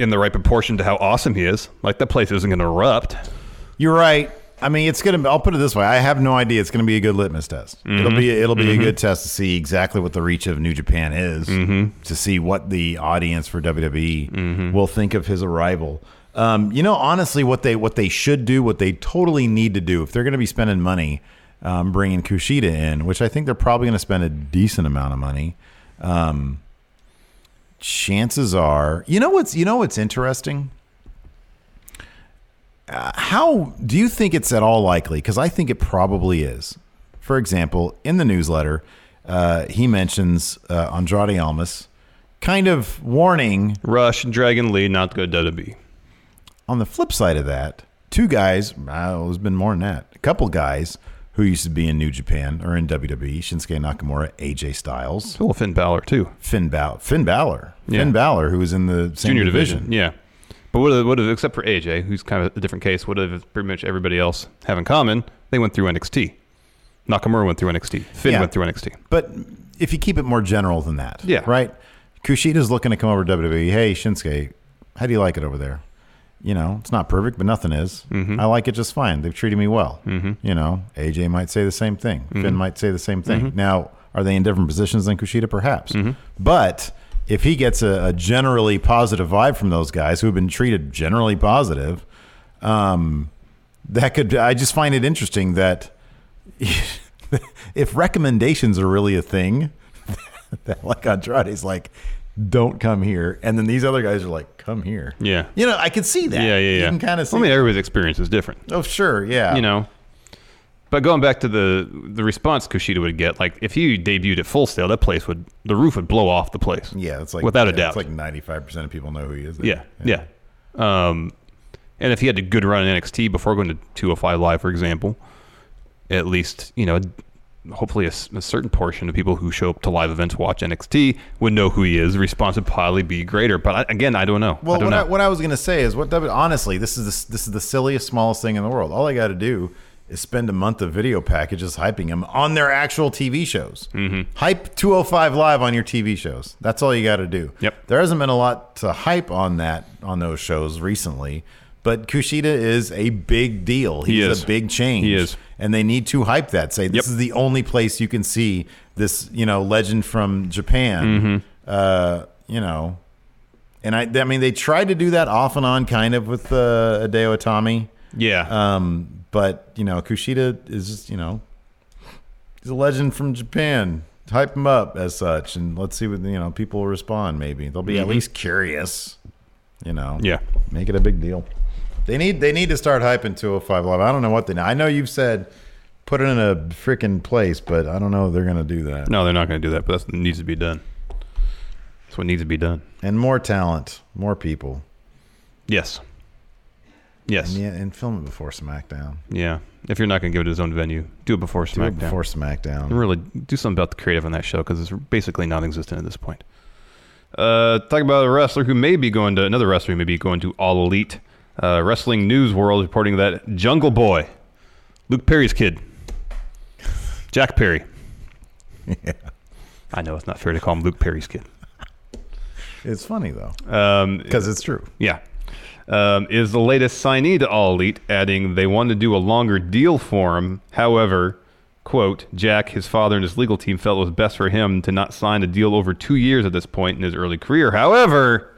in the right proportion to how awesome he is. Like, that place isn't going to erupt. You're right. I mean, it's gonna. I'll put it this way: I have no idea. It's gonna be a good litmus test. It'll be. It'll be a good test to see exactly what the reach of New Japan is, to see what the audience for WWE will think of his arrival. Um, you know, honestly, what they what they should do, what they totally need to do, if they're gonna be spending money, um, bringing Kushida in, which I think they're probably gonna spend a decent amount of money. Um, chances are, you know what's you know what's interesting how do you think it's at all likely? Because I think it probably is. For example, in the newsletter, uh, he mentions uh, Andrade Almas, kind of warning. Rush and Dragon Lee not good WWE. On the flip side of that, two guys, well, it's been more than that, a couple guys who used to be in New Japan or in WWE, Shinsuke Nakamura, AJ Styles, Well, Finn Balor too, Finn, Bal- Finn Balor, Yeah. Finn Balor, who was in the same junior division. Yeah, but what have- what have, except for AJ, who's kind of a different case? What have pretty much everybody else have in common? They went through NXT. Nakamura went through NXT. Finn Yeah. went through NXT. But if you keep it more general than that, Yeah. right? Kushida's looking to come over to WWE. Hey, Shinsuke, how do you like it over there? You know, it's not perfect, but nothing is. I like it just fine. They've treated me well. You know, AJ might say the same thing. Finn might say the same thing. Now, are they in different positions than Kushida? Perhaps. But if he gets a, a generally positive vibe from those guys who have been treated generally positive, um, that could. I just find it interesting that if recommendations are really a thing, that like Andrade's like, don't come here, and then these other guys are like, come here. Yeah. you know, I can see that. Yeah, yeah, yeah. You can kind of see. I mean, everybody's experience is different. oh, sure, yeah. you know. But going back to the the response Kushida would get, like if he debuted at Full Sail, that place would the roof would blow off the place. yeah, it's like without a yeah, doubt. it's like ninety five percent of people know who he is. yeah, yeah. Um, and if he had a good run in NXT before going to 205 Live, for example, at least you know, hopefully a, s- a certain portion of people who show up to live events watch NXT would know who he is. The response would probably be greater. But I, again, I don't know. Well, I don't what know. I, what I was gonna say is what W. Honestly, this is the, this is the silliest, smallest thing in the world. All I got to do is spend a month of video packages hyping him on their actual TV shows. Mm-hmm. Hype 205 live on your TV shows. That's all you got to do. Yep. There hasn't been a lot to hype on that on those shows recently, but Kushida is a big deal. He's He is. a big change. He is. And they need to hype that. Say this Yep. is the only place you can see this, you know, legend from Japan. Uh, you know, and I, I mean, they tried to do that off and on, kind of with uh, Hideo Itami. yeah. Um, but you know, Kushida is just, you know, he's a legend from Japan. Hype him up as such, and let's see what you know. People will respond. Maybe they'll be at least curious. You know, Yeah. make it a big deal. They need they need to start hyping 205 Live. I don't know what they. I know you've said put it in a freaking place, but I don't know if they're gonna do that. no, they're not going to do that. But that's what needs to be done. That's what needs to be done. And more talent, more people. Yes. Yes. And yeah, and film it before SmackDown. Yeah. If you're not going to give it his own venue, do it before Do it SmackDown. before SmackDown. And really do something about the creative on that show because it's basically non-existent at this point. Uh, talking about a wrestler who may be going to another wrestler who may be going to All Elite. Uh, Wrestling News World reporting that Jungle Boy, Luke Perry's kid, Jack Perry. Yeah. I know it's not fair to call him Luke Perry's kid. It's funny though, Um, because it's true. yeah. Um, is the latest signee to All Elite, adding they want to do a longer deal for him. However, quote, Jack, his father, and his legal team felt it was best for him to not sign a deal over two years at this point in his early career. However,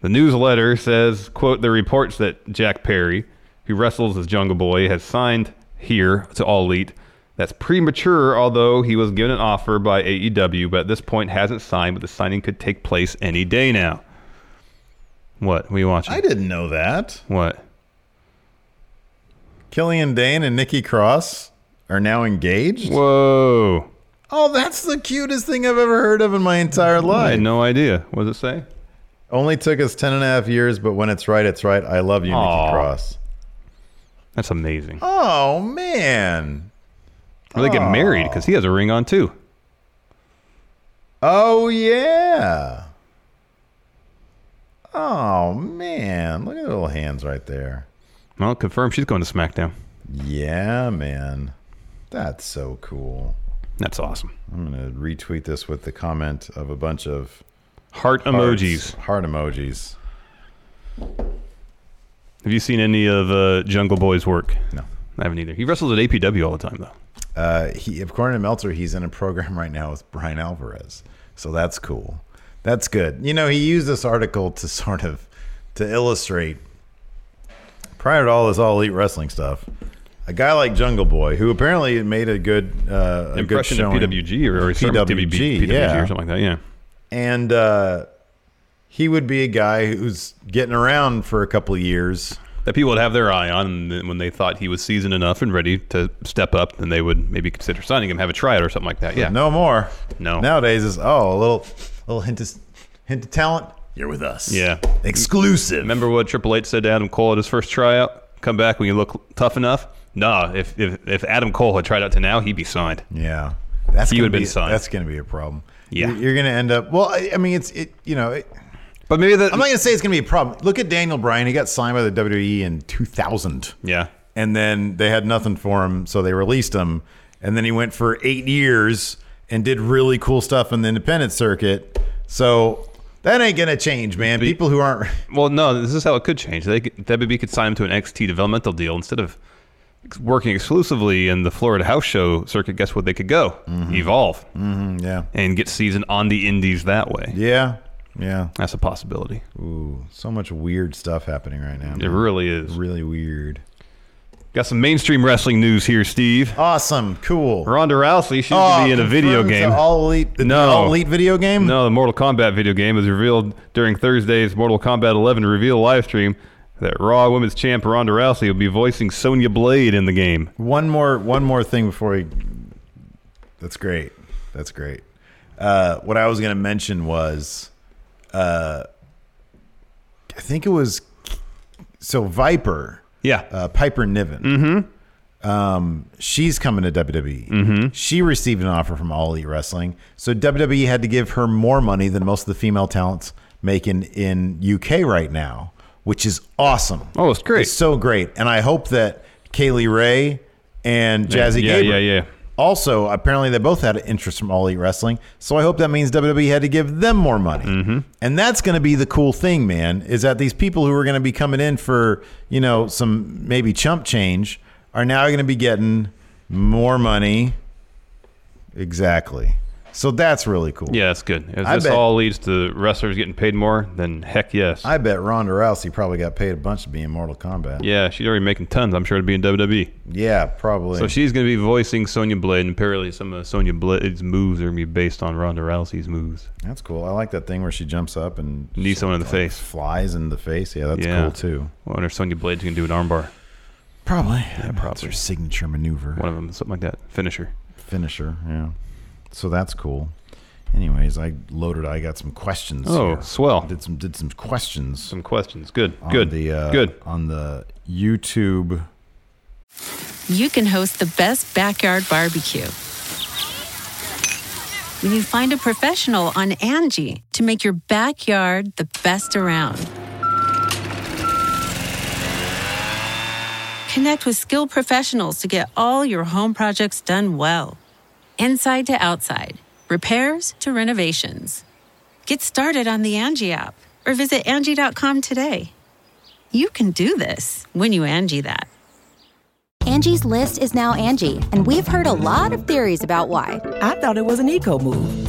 the newsletter says, quote, the reports that Jack Perry, who wrestles as Jungle Boy, has signed here to All Elite. That's premature, although he was given an offer by AEW, but at this point hasn't signed, but the signing could take place any day now. What? We watching? I didn't know that. What? Killian Dane and Nikki Cross are now engaged. Whoa. Oh, that's the cutest thing I've ever heard of in my entire I had life. no idea. What does it say? Only took us 10 and a half years, but when it's right, it's right. I love you, Aw. Nikki Cross. That's amazing. Oh, man. Or they get married because he has a ring on too. Oh, yeah. Oh, man. Look at the little hands right there. Well, confirm she's going to SmackDown. Yeah, man. That's so cool. That's awesome. I'm going to retweet this with the comment of a bunch of Heart hearts- emojis. Heart emojis. Have you seen any of uh, Jungle Boy's work? No. I haven't either. He wrestles at APW all the time though. Uh, he, according to Meltzer, he's in a program right now with Brian Alvarez, so that's cool. That's good. You know, he used this article to sort of to illustrate prior to all this all elite wrestling stuff. A guy like Jungle Boy, who apparently made a good uh, a good Impression of showing, PWG or, or PWG, PWG, PWG yeah. or something like that. Yeah. and uh, he would be a guy who's getting around for a couple of years. That people would have their eye on and then when they thought he was seasoned enough and ready to step up, then they would maybe consider signing him, have a tryout or something like that. Yeah. No more. No. Nowadays is oh a little little hint of hint of talent. You're with us. Yeah. Exclusive. Remember what Triple H said to Adam Cole at his first tryout? Come back when you look tough enough? Nah, if if, if Adam Cole had tried out to now, he'd be signed. Yeah, that's He gonna would've been be- signed. That's going to be a problem. Yeah. You're- you're going to end up. Well, I, I mean, it's it. You know, it, But maybe that. I'm not going to say it's going to be a problem. Look at Daniel Bryan. He got signed by the WWE in 2000. yeah. and then they had nothing for him, so they released him, and then he went for eight years and did really cool stuff in the independent circuit. So that ain't going to change, man. People who aren't. Well, no, this is how it could change. They could, WWE could sign him to an XT developmental deal instead of ex- working exclusively in the Florida house show circuit. Guess what? They could go Mm-hmm. evolve Yeah. and get seasoned on the indies that way. Yeah. Mm-hmm. Yeah. That's a possibility. Ooh, so much weird stuff happening right now. It really is. really weird. Got some mainstream wrestling news here, Steve. Awesome. Cool. Ronda Rousey, she's Oh, gonna be in a video confirmed Oh, to game. All elite, the No. all elite video game. No, the Mortal Kombat video game was revealed during Thursday's Mortal Kombat 11 reveal livestream that Raw Women's Champ Ronda Rousey will be voicing Sonya Blade in the game. One more, one more thing before we. That's great. That's great. Uh, what I was going to mention was, uh, I think it was, so Viper, Yeah. Mm-hmm. uh, Piper Niven. Um, she's coming to WWE. She received an offer from All Elite Wrestling, so WWE had to give her more money than most of the female talents making in UK right now, which is awesome. Oh, it's great. It's so great, and I hope that Kaylee Ray and Jazzy yeah, Gaber. yeah, yeah. Also, apparently they both had an interest from All Elite Wrestling, so I hope that means WWE had to give them more money. Mm-hmm. And that's going to be the cool thing, man, is that these people who are going to be coming in for you know some maybe chump change are now going to be getting more money. Exactly. So that's really cool. yeah, that's good. If I this bet- all leads to wrestlers getting paid more, then heck yes. I bet Ronda Rousey probably got paid a bunch to be in Mortal Kombat. yeah, she's already making tons. I'm sure to be in WWE. Yeah, probably. So she's going to be voicing Sonya Blade, and apparently some of Sonya Blade's moves are going to be based on Ronda Rousey's moves. That's cool. I like that thing where she jumps up and Knee someone in the face. flies in the face. Yeah, that's Yeah. cool too. I wonder if Sonya Blade's going to do an armbar. Probably. Yeah, probably. That's her signature maneuver. One of them, something like that. Finisher. Finisher. Yeah. So that's cool. Anyways, I loaded. I got some questions. Oh, here. swell. Did some did some questions. Some questions. Good. on good. The, uh, good. on the YouTube. You can host the best backyard barbecue when you find a professional on Angie to make your backyard the best around. Connect with skilled professionals to get all your home projects done well. Inside to outside, repairs to renovations. Get started on the Angie app or visit Angie.com today. You can do this when you Angie that. Angie's list is now Angie, and we've heard a lot of theories about why. I thought it was an eco move.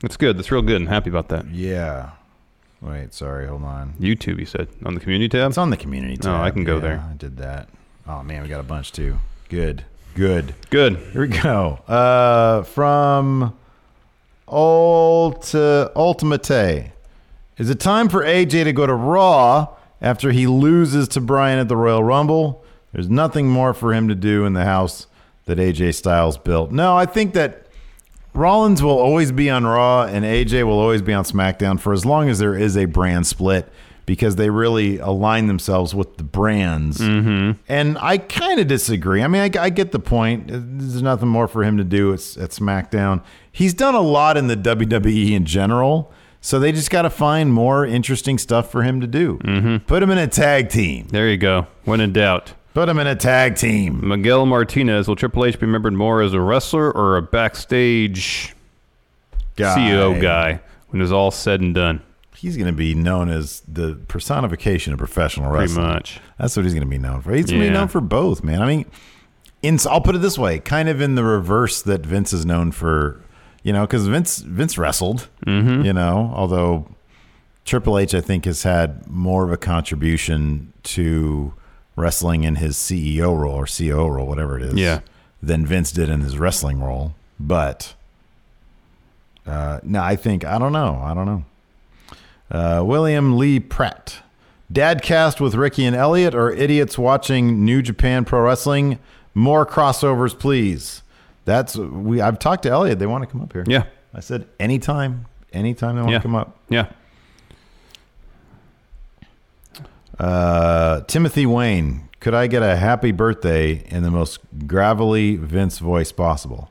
That's good. That's real good. and happy about that. Yeah. Wait, sorry, hold on. YouTube, you said on the community tab. It's on the community tab. I can go Yeah, there. I did that. Oh man, we got a bunch too. Good. Good. Good. Here we go. Uh from Ulti- Ultimate. Is it time for AJ to go to Raw after he loses to Brian at the Royal Rumble? There's nothing more for him to do in the house that AJ Styles built. No, I think that Rollins will always be on Raw and AJ will always be on SmackDown for as long as there is a brand split because they really align themselves with the brands. Mm-hmm. And I kind of disagree. I mean, I, I get the point. There's nothing more for him to do at, at SmackDown. He's done a lot in the WWE in general. So they just got to find more interesting stuff for him to do. Mm-hmm. Put him in a tag team. There you go. When in doubt, Put him in a tag team. Miguel Martinez will Triple H be remembered more as a wrestler or a backstage CEO E guy when it's all said and done? He's going to be known as the personification of professional Pretty wrestling. much. That's what he's going to be known for. He's going to Yeah. be known for both, man. I mean, in, I'll put it this way, kind of in the reverse that Vince is known for, you know, because Vince Vince wrestled, Mm-hmm. you know, although Triple H I think has had more of a contribution to wrestling in his CEO role or COO role, whatever it is, Yeah. than Vince did in his wrestling role. But uh, no, I think I don't know, I don't know. Uh, William Lee Pratt. Dadcast with Ricky and Elliot or idiots watching New Japan Pro Wrestling? More crossovers, please. That's we. I've talked to Elliot. They want to come up here. Yeah. I said anytime, anytime they want Yeah. to come up. Yeah. Uh, Timothy Wayne. Could I get a happy birthday in the most gravelly Vince voice possible?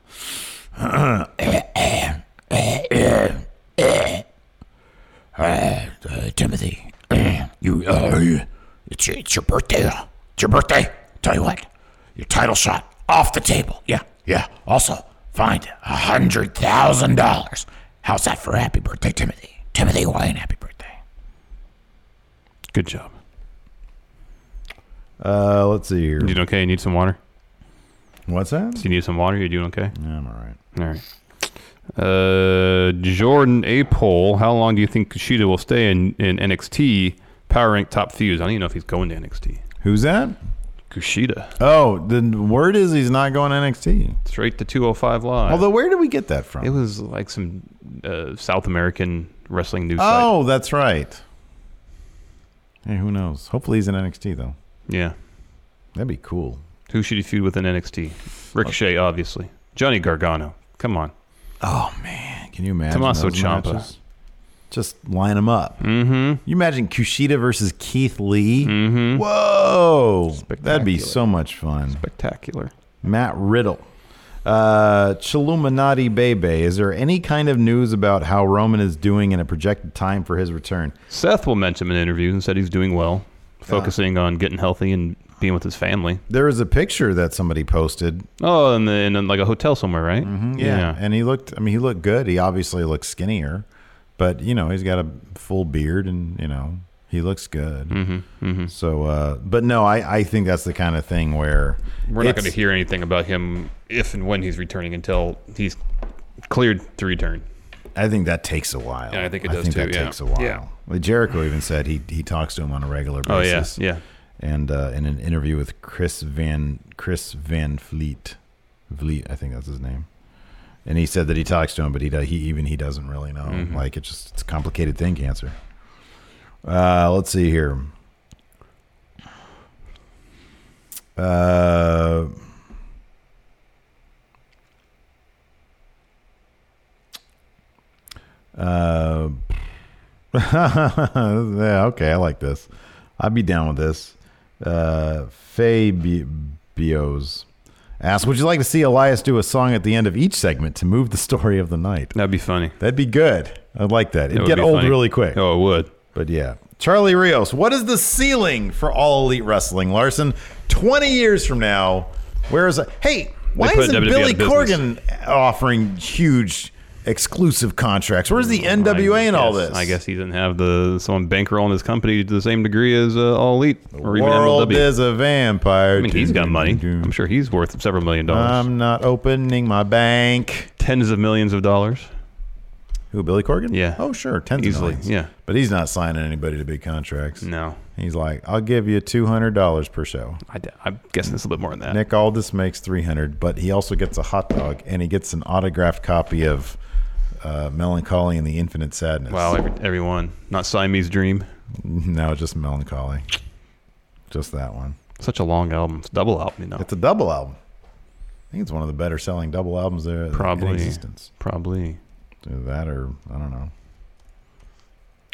Uh, Timothy, you, uh, it's, your- it's your birthday. uh, It's your birthday. Tell you what, your title shot off the table. Yeah, yeah. Also, find a hundred thousand dollars. How's that for happy birthday, Timothy? Timothy Wayne, happy birthday. Good job. Uh, let's see here. You doing okay? You need some water? What's that? Do you need some water? You doing okay? I'm all right. All right. Uh, Jordan Apol, how long do you think Kushida will stay in, in NXT Power Rank Top Fuse? I don't even know if he's going to NXT. Who's that? Kushida, Oh, the word is he's not going NXT. straight to 205 Live. Although, where did we get that from? it was like some uh, South American wrestling news Oh, that's right. Hey, who knows? Hopefully he's in NXT though. site. Yeah. That'd be cool. Who should he feud with in NXT? Ricochet, obviously. Johnny Gargano. Come on. Oh man, can you imagine? Tommaso those Ciampa. matches? Just line them up. Mm-hmm. You imagine Kushida versus Keith Lee. Mm-hmm. Whoa, that'd be so much fun. Spectacular. Matt Riddle. Uh, Chiluminati Bebe, is there any kind of news about how Roman is doing and a projected time for his return? Seth will mention in interviews and said he's doing well, focusing on getting healthy and being with his family. There is a picture that somebody posted Oh, and then in like a hotel somewhere, right? Mm-hmm. Yeah. And he looked, I mean, he looked good. He obviously looked skinnier. But you know, he's got a full beard, and you know, he looks good. Mm-hmm, So, uh, but no, I I think that's the kind of thing where We're not it's- going to hear anything about him if and when he's returning until he's cleared to return. I think that takes a while. Yeah, I think it does too, that yeah. takes a while. Yeah. Like Jericho even said he he talks to him on a regular Oh, yeah, basis. yeah. And uh, in an interview with Chris Van Chris Van Fleet, Vliet, I think that's his name. And he said that he talks to him, but he do- he even he doesn't really know. Mhm. Like it's just it's a complicated thing, cancer. Uh, let's see here. Uh, Uh, yeah, okay, I like this. I'd be down with this. Uh, Fabios asks, would you like to see Elias do a song at the end of each segment to move the story of the night? That'd be funny. That'd be good. I'd like that. It'd would get be old funny. really quick. Oh, it would. But yeah. Charlie Rios, what is the ceiling for all elite wrestling, Larson? 20 years from now, where is it? Hey, why put isn't WWE out Billy of business. Corgan offering huge exclusive contracts? Where's the NWA in all Yes, this? I Mm, guess he didn't have the someone bankrolling his company to the same degree as uh, All Elite or even World MLW. is a vampire. I mean, he's got money. I'm sure he's worth several million Um, dollars. I'm not opening my bank. Tens of millions of dollars. Who, Billy Corgan? Yeah. Oh, sure. Tens Easily, of millions. yeah. But he's not signing anybody to big contracts. No. He's like, I'll give you $200 per show. I, am guessing it's a little more than that. Nick Aldis makes 300, but he also gets a hot dog and he gets an autographed copy of uh, Melancholy and the Infinite Sadness. Wow, every, everyone. Not Siamese Dream. No, just Melancholy. Just that one. Such a long album. It's a double album, you know. It's a double album. I think it's one of the better selling double albums there Probably. in existence. Probably. Either that or I don't know.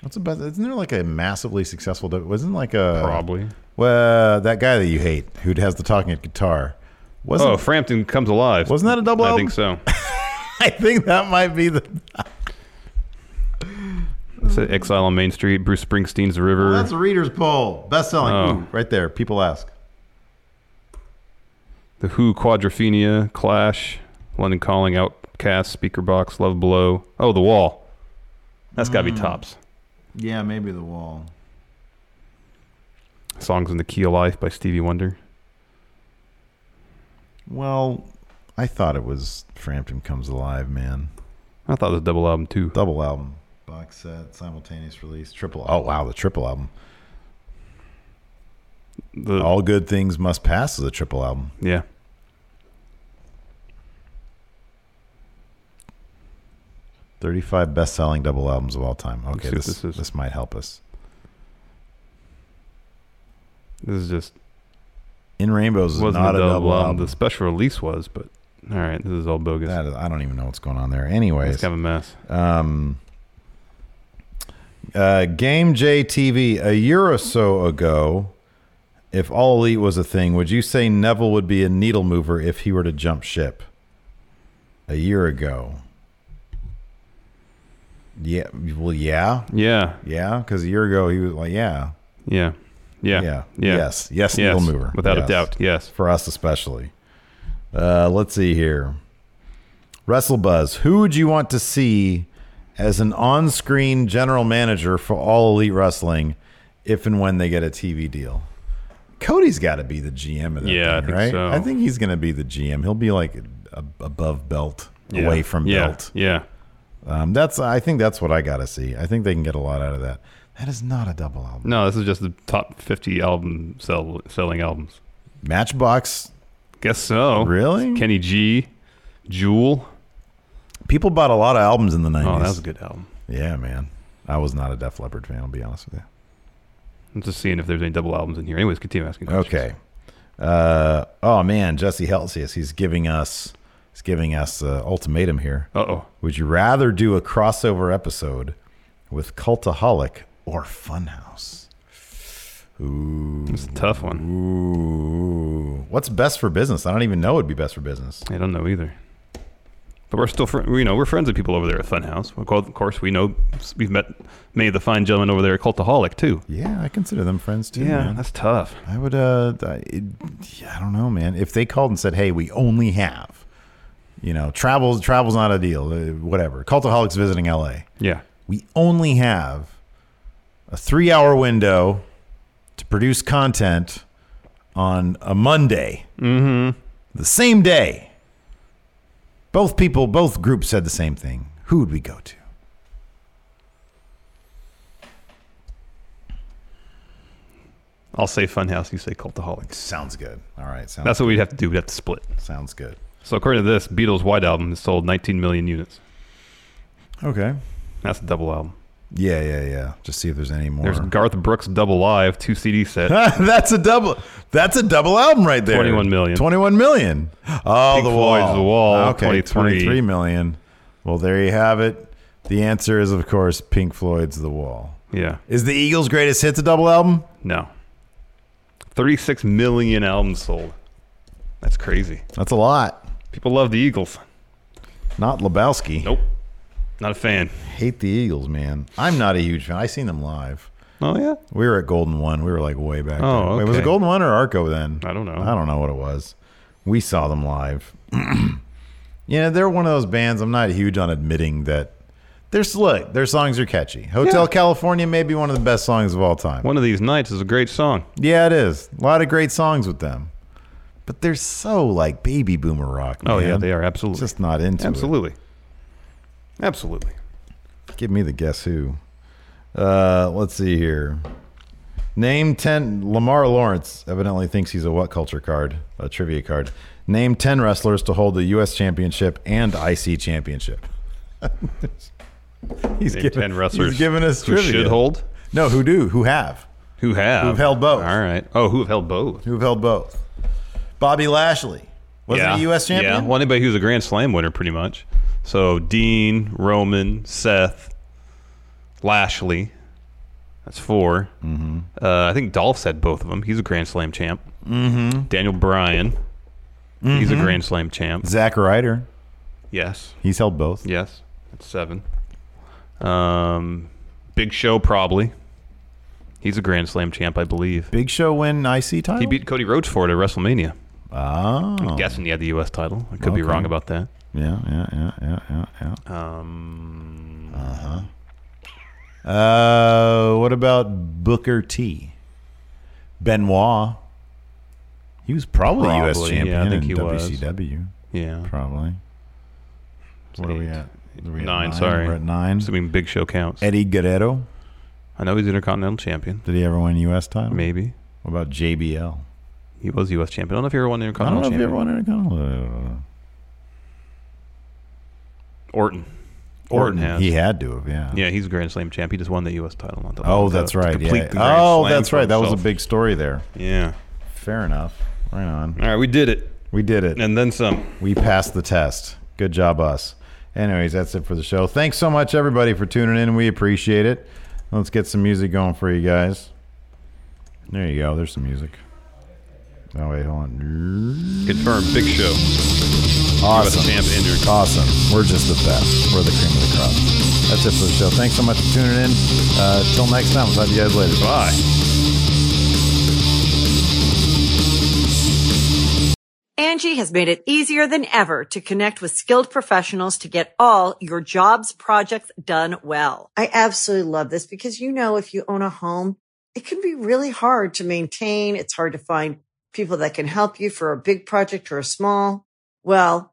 What's the best? Isn't there like a massively successful? dou- Wasn't like a Probably. Well, that guy that you hate who has the talking guitar wasn't. oh, Frampton Comes Alive. Wasn't that a double I album? think so. I think that might be the. It's uh, Exile on Main Street, Bruce Springsteen's The River. Oh, That's a reader's poll, best selling Oh. Ooh, right there. People ask. The Who, Quadrophenia, Clash, London Calling, Outcast, Speaker Box, Love Below. Oh, The Wall. That's got to be tops. Yeah, maybe the wall. Songs in the Key of Life by Stevie Wonder. Well, I thought it was Frampton Comes Alive, man. I thought it was a double album too. Double album, box set, simultaneous release, triple. Oh wow, the triple album. The- All good things must pass is a triple album. Yeah. Thirty-five best-selling double albums of all time. Okay, see what this this is. this might help us. This is just In Rainbows is wasn't not a double, album. album. The special release was, but all right, this is all bogus. That is, I don't even know what's going on there. Anyways, it's kind of a mess. Um, uh, Game JTV a year or so ago, if All Elite was a thing, would you say Neville would be a needle mover if he were to jump ship? A year ago. Yeah. Well, yeah, Yeah, yeah. Because a year ago he was like, yeah, yeah, yeah, yeah, yeah. yes, yes, needle mover, without Yes. a doubt. Yes, for us especially. Uh, let's see here. WrestleBuzz, who would you want to see as an on-screen general manager for All Elite Wrestling if and when they get a TV deal? Cody's got to be the GM of that Yeah, I thing, think right? so. I think he's going to be the GM. He'll be like a- above belt, Yeah. away from yeah. belt. Yeah, Um, that's I think that's what I got to see. I think they can get a lot out of that. That is not a double album. no, this is just the top fifty album sell, selling albums. Matchbox Guess so. Really? Kenny G, Jewel. people bought a lot of albums in the 90s. Oh, that was a good album. Yeah, man. I was not a Def Leppard fan, I'll be honest with you. I'm just seeing if there's any double albums in here. Anyways, continue asking. Questions. Okay. Uh, oh man, Jesse Helsius, he's giving us he's giving us uh, ultimatum here. Uh oh. Would you rather do a crossover episode with Cultaholic or Funhouse? Ooh. It's a tough one. Ooh. What's best for business? I don't even know it'd be best for business. I don't know either. But we're still, fr- you know, we're friends with people over there at Funhouse. Of course- Of course, we know we've met many of the fine gentlemen over there at Cultaholic too. Yeah, I consider them friends too. Yeah, man. that's tough. I would. Uh, I, it, yeah, I don't know, man. If they called and said, "Hey, we only have," you know, travels. Travel's not a deal. Uh, whatever. Cultaholics visiting L.A. Yeah, we only have a three hour window to produce content on a Monday. Mm-hmm. The same day. Both people, both groups said the same thing. Who would we go to? I'll say Funhouse. You say Cultaholic. Sounds good. All right. Sounds That's what we'd have to do. We'd have to split. Sounds good. So according to this, Beatles' White Album has sold 19 million units. Okay. That's a double album. Yeah, yeah, yeah. Just see if there's any more. There's Garth Brooks' Double Live two CD set. that's a double. That's a double album right there. 21 million. 21 million. Oh, Pink the Floyd's wall. The Wall, Okay, 23. 23 million. Well, there you have it. The answer is, of course, Pink Floyd's The Wall. Yeah. Is the Eagles' greatest hits a double album? No. 36 million albums sold. That's crazy. That's a lot. People love the Eagles. Not Lebowski. Nope. Not a fan. Hate the Eagles, man. I'm not a huge fan. I seen them live. Oh, yeah? We were at Golden One. We were like way back. Oh, then. Wait, was it okay. Golden One or Arco then? I don't know. I don't know what it was. We saw them live. you know, they're one of those bands. I'm not huge on admitting that. There's look, their songs are catchy. Hotel California may be one of the best songs of all time. One of these nights is a great song. Yeah, it is. A lot of great songs with them. But they're so like baby boomer rock. Man. Oh, yeah, they are. Absolutely. Just not into it. Absolutely. Absolutely. Give me the guess who. Uh, let's see here. Name 10. Lamar Lawrence evidently thinks he's a what culture card, a trivia card. Name 10 wrestlers to hold the U.S. Championship and IC Championship. he's, Name giving, 10 wrestlers he's giving us who trivia. should hold? No, who do? Who have? Who have? Who've held both. All right. Oh, who have held both? Who've held both? Bobby Lashley. Wasn't yeah. he U.S. Yeah. champion? Well, anybody who's a Grand Slam winner, pretty much. So Dean, Roman, Seth, Lashley. That's 4 Mm-hmm. Uh, I think Dolph said both of them. He's a Grand Slam champ. Mm-hmm. Daniel Bryan. He's a Grand Slam champ. Zack Ryder. Yes. He's held both. Yes. That's seven. Um, Big Show, probably. He's a Grand Slam champ, I believe. Big Show win IC title? He beat Cody Rhodes for it at WrestleMania. Oh. I'm guessing he had the U.S. title. I could Okay. be wrong about that. Yeah, yeah, yeah, yeah, yeah, yeah. Um, Uh-huh. Uh, what about Booker T? Benoit. He was probably, U.S. Probably, champion yeah, I think in he was. WCW. yeah. Probably. What are we at? Are we at Nine, sorry. We're at nine. Assuming Big Show counts. Eddie Guerrero. I know he's Intercontinental Champion. Did he ever win U.S. title? Maybe. What about JBL? He was U.S. champion. I don't know if he ever won the I don't know Intercontinental if he champion. ever won Intercontinental. Orton. Orton, has. he had to have, yeah. Yeah, he's a Grand Slam champ. He just won the U.S. title. Not that long Oh, ago. that's To right. complete Yeah. the Grand Oh, Slam that's for right. That was a himself. big story there. Yeah. Fair enough. Right on. All right, we did it, We did it. and then some. We passed the test. Good job, us. Anyways, that's it for the show. Thanks so much, everybody, for tuning in. We appreciate it. Let's get some music going for you guys. There you go. There's some music. Oh, wait, hold on. Confirmed. Big Show. Awesome. U.S. champ injured. Awesome. We're just the best. We're the cream of the crop. That's it for the show. Thanks so much for tuning in. Uh, till next time, we'll talk to you guys later. Bye. Angie has made it easier than ever to connect with skilled professionals to get all your jobs projects done well. I absolutely love this because, you know, if you own a home, it can be really hard to maintain. It's hard to find people that can help you for a big project or a small. Well,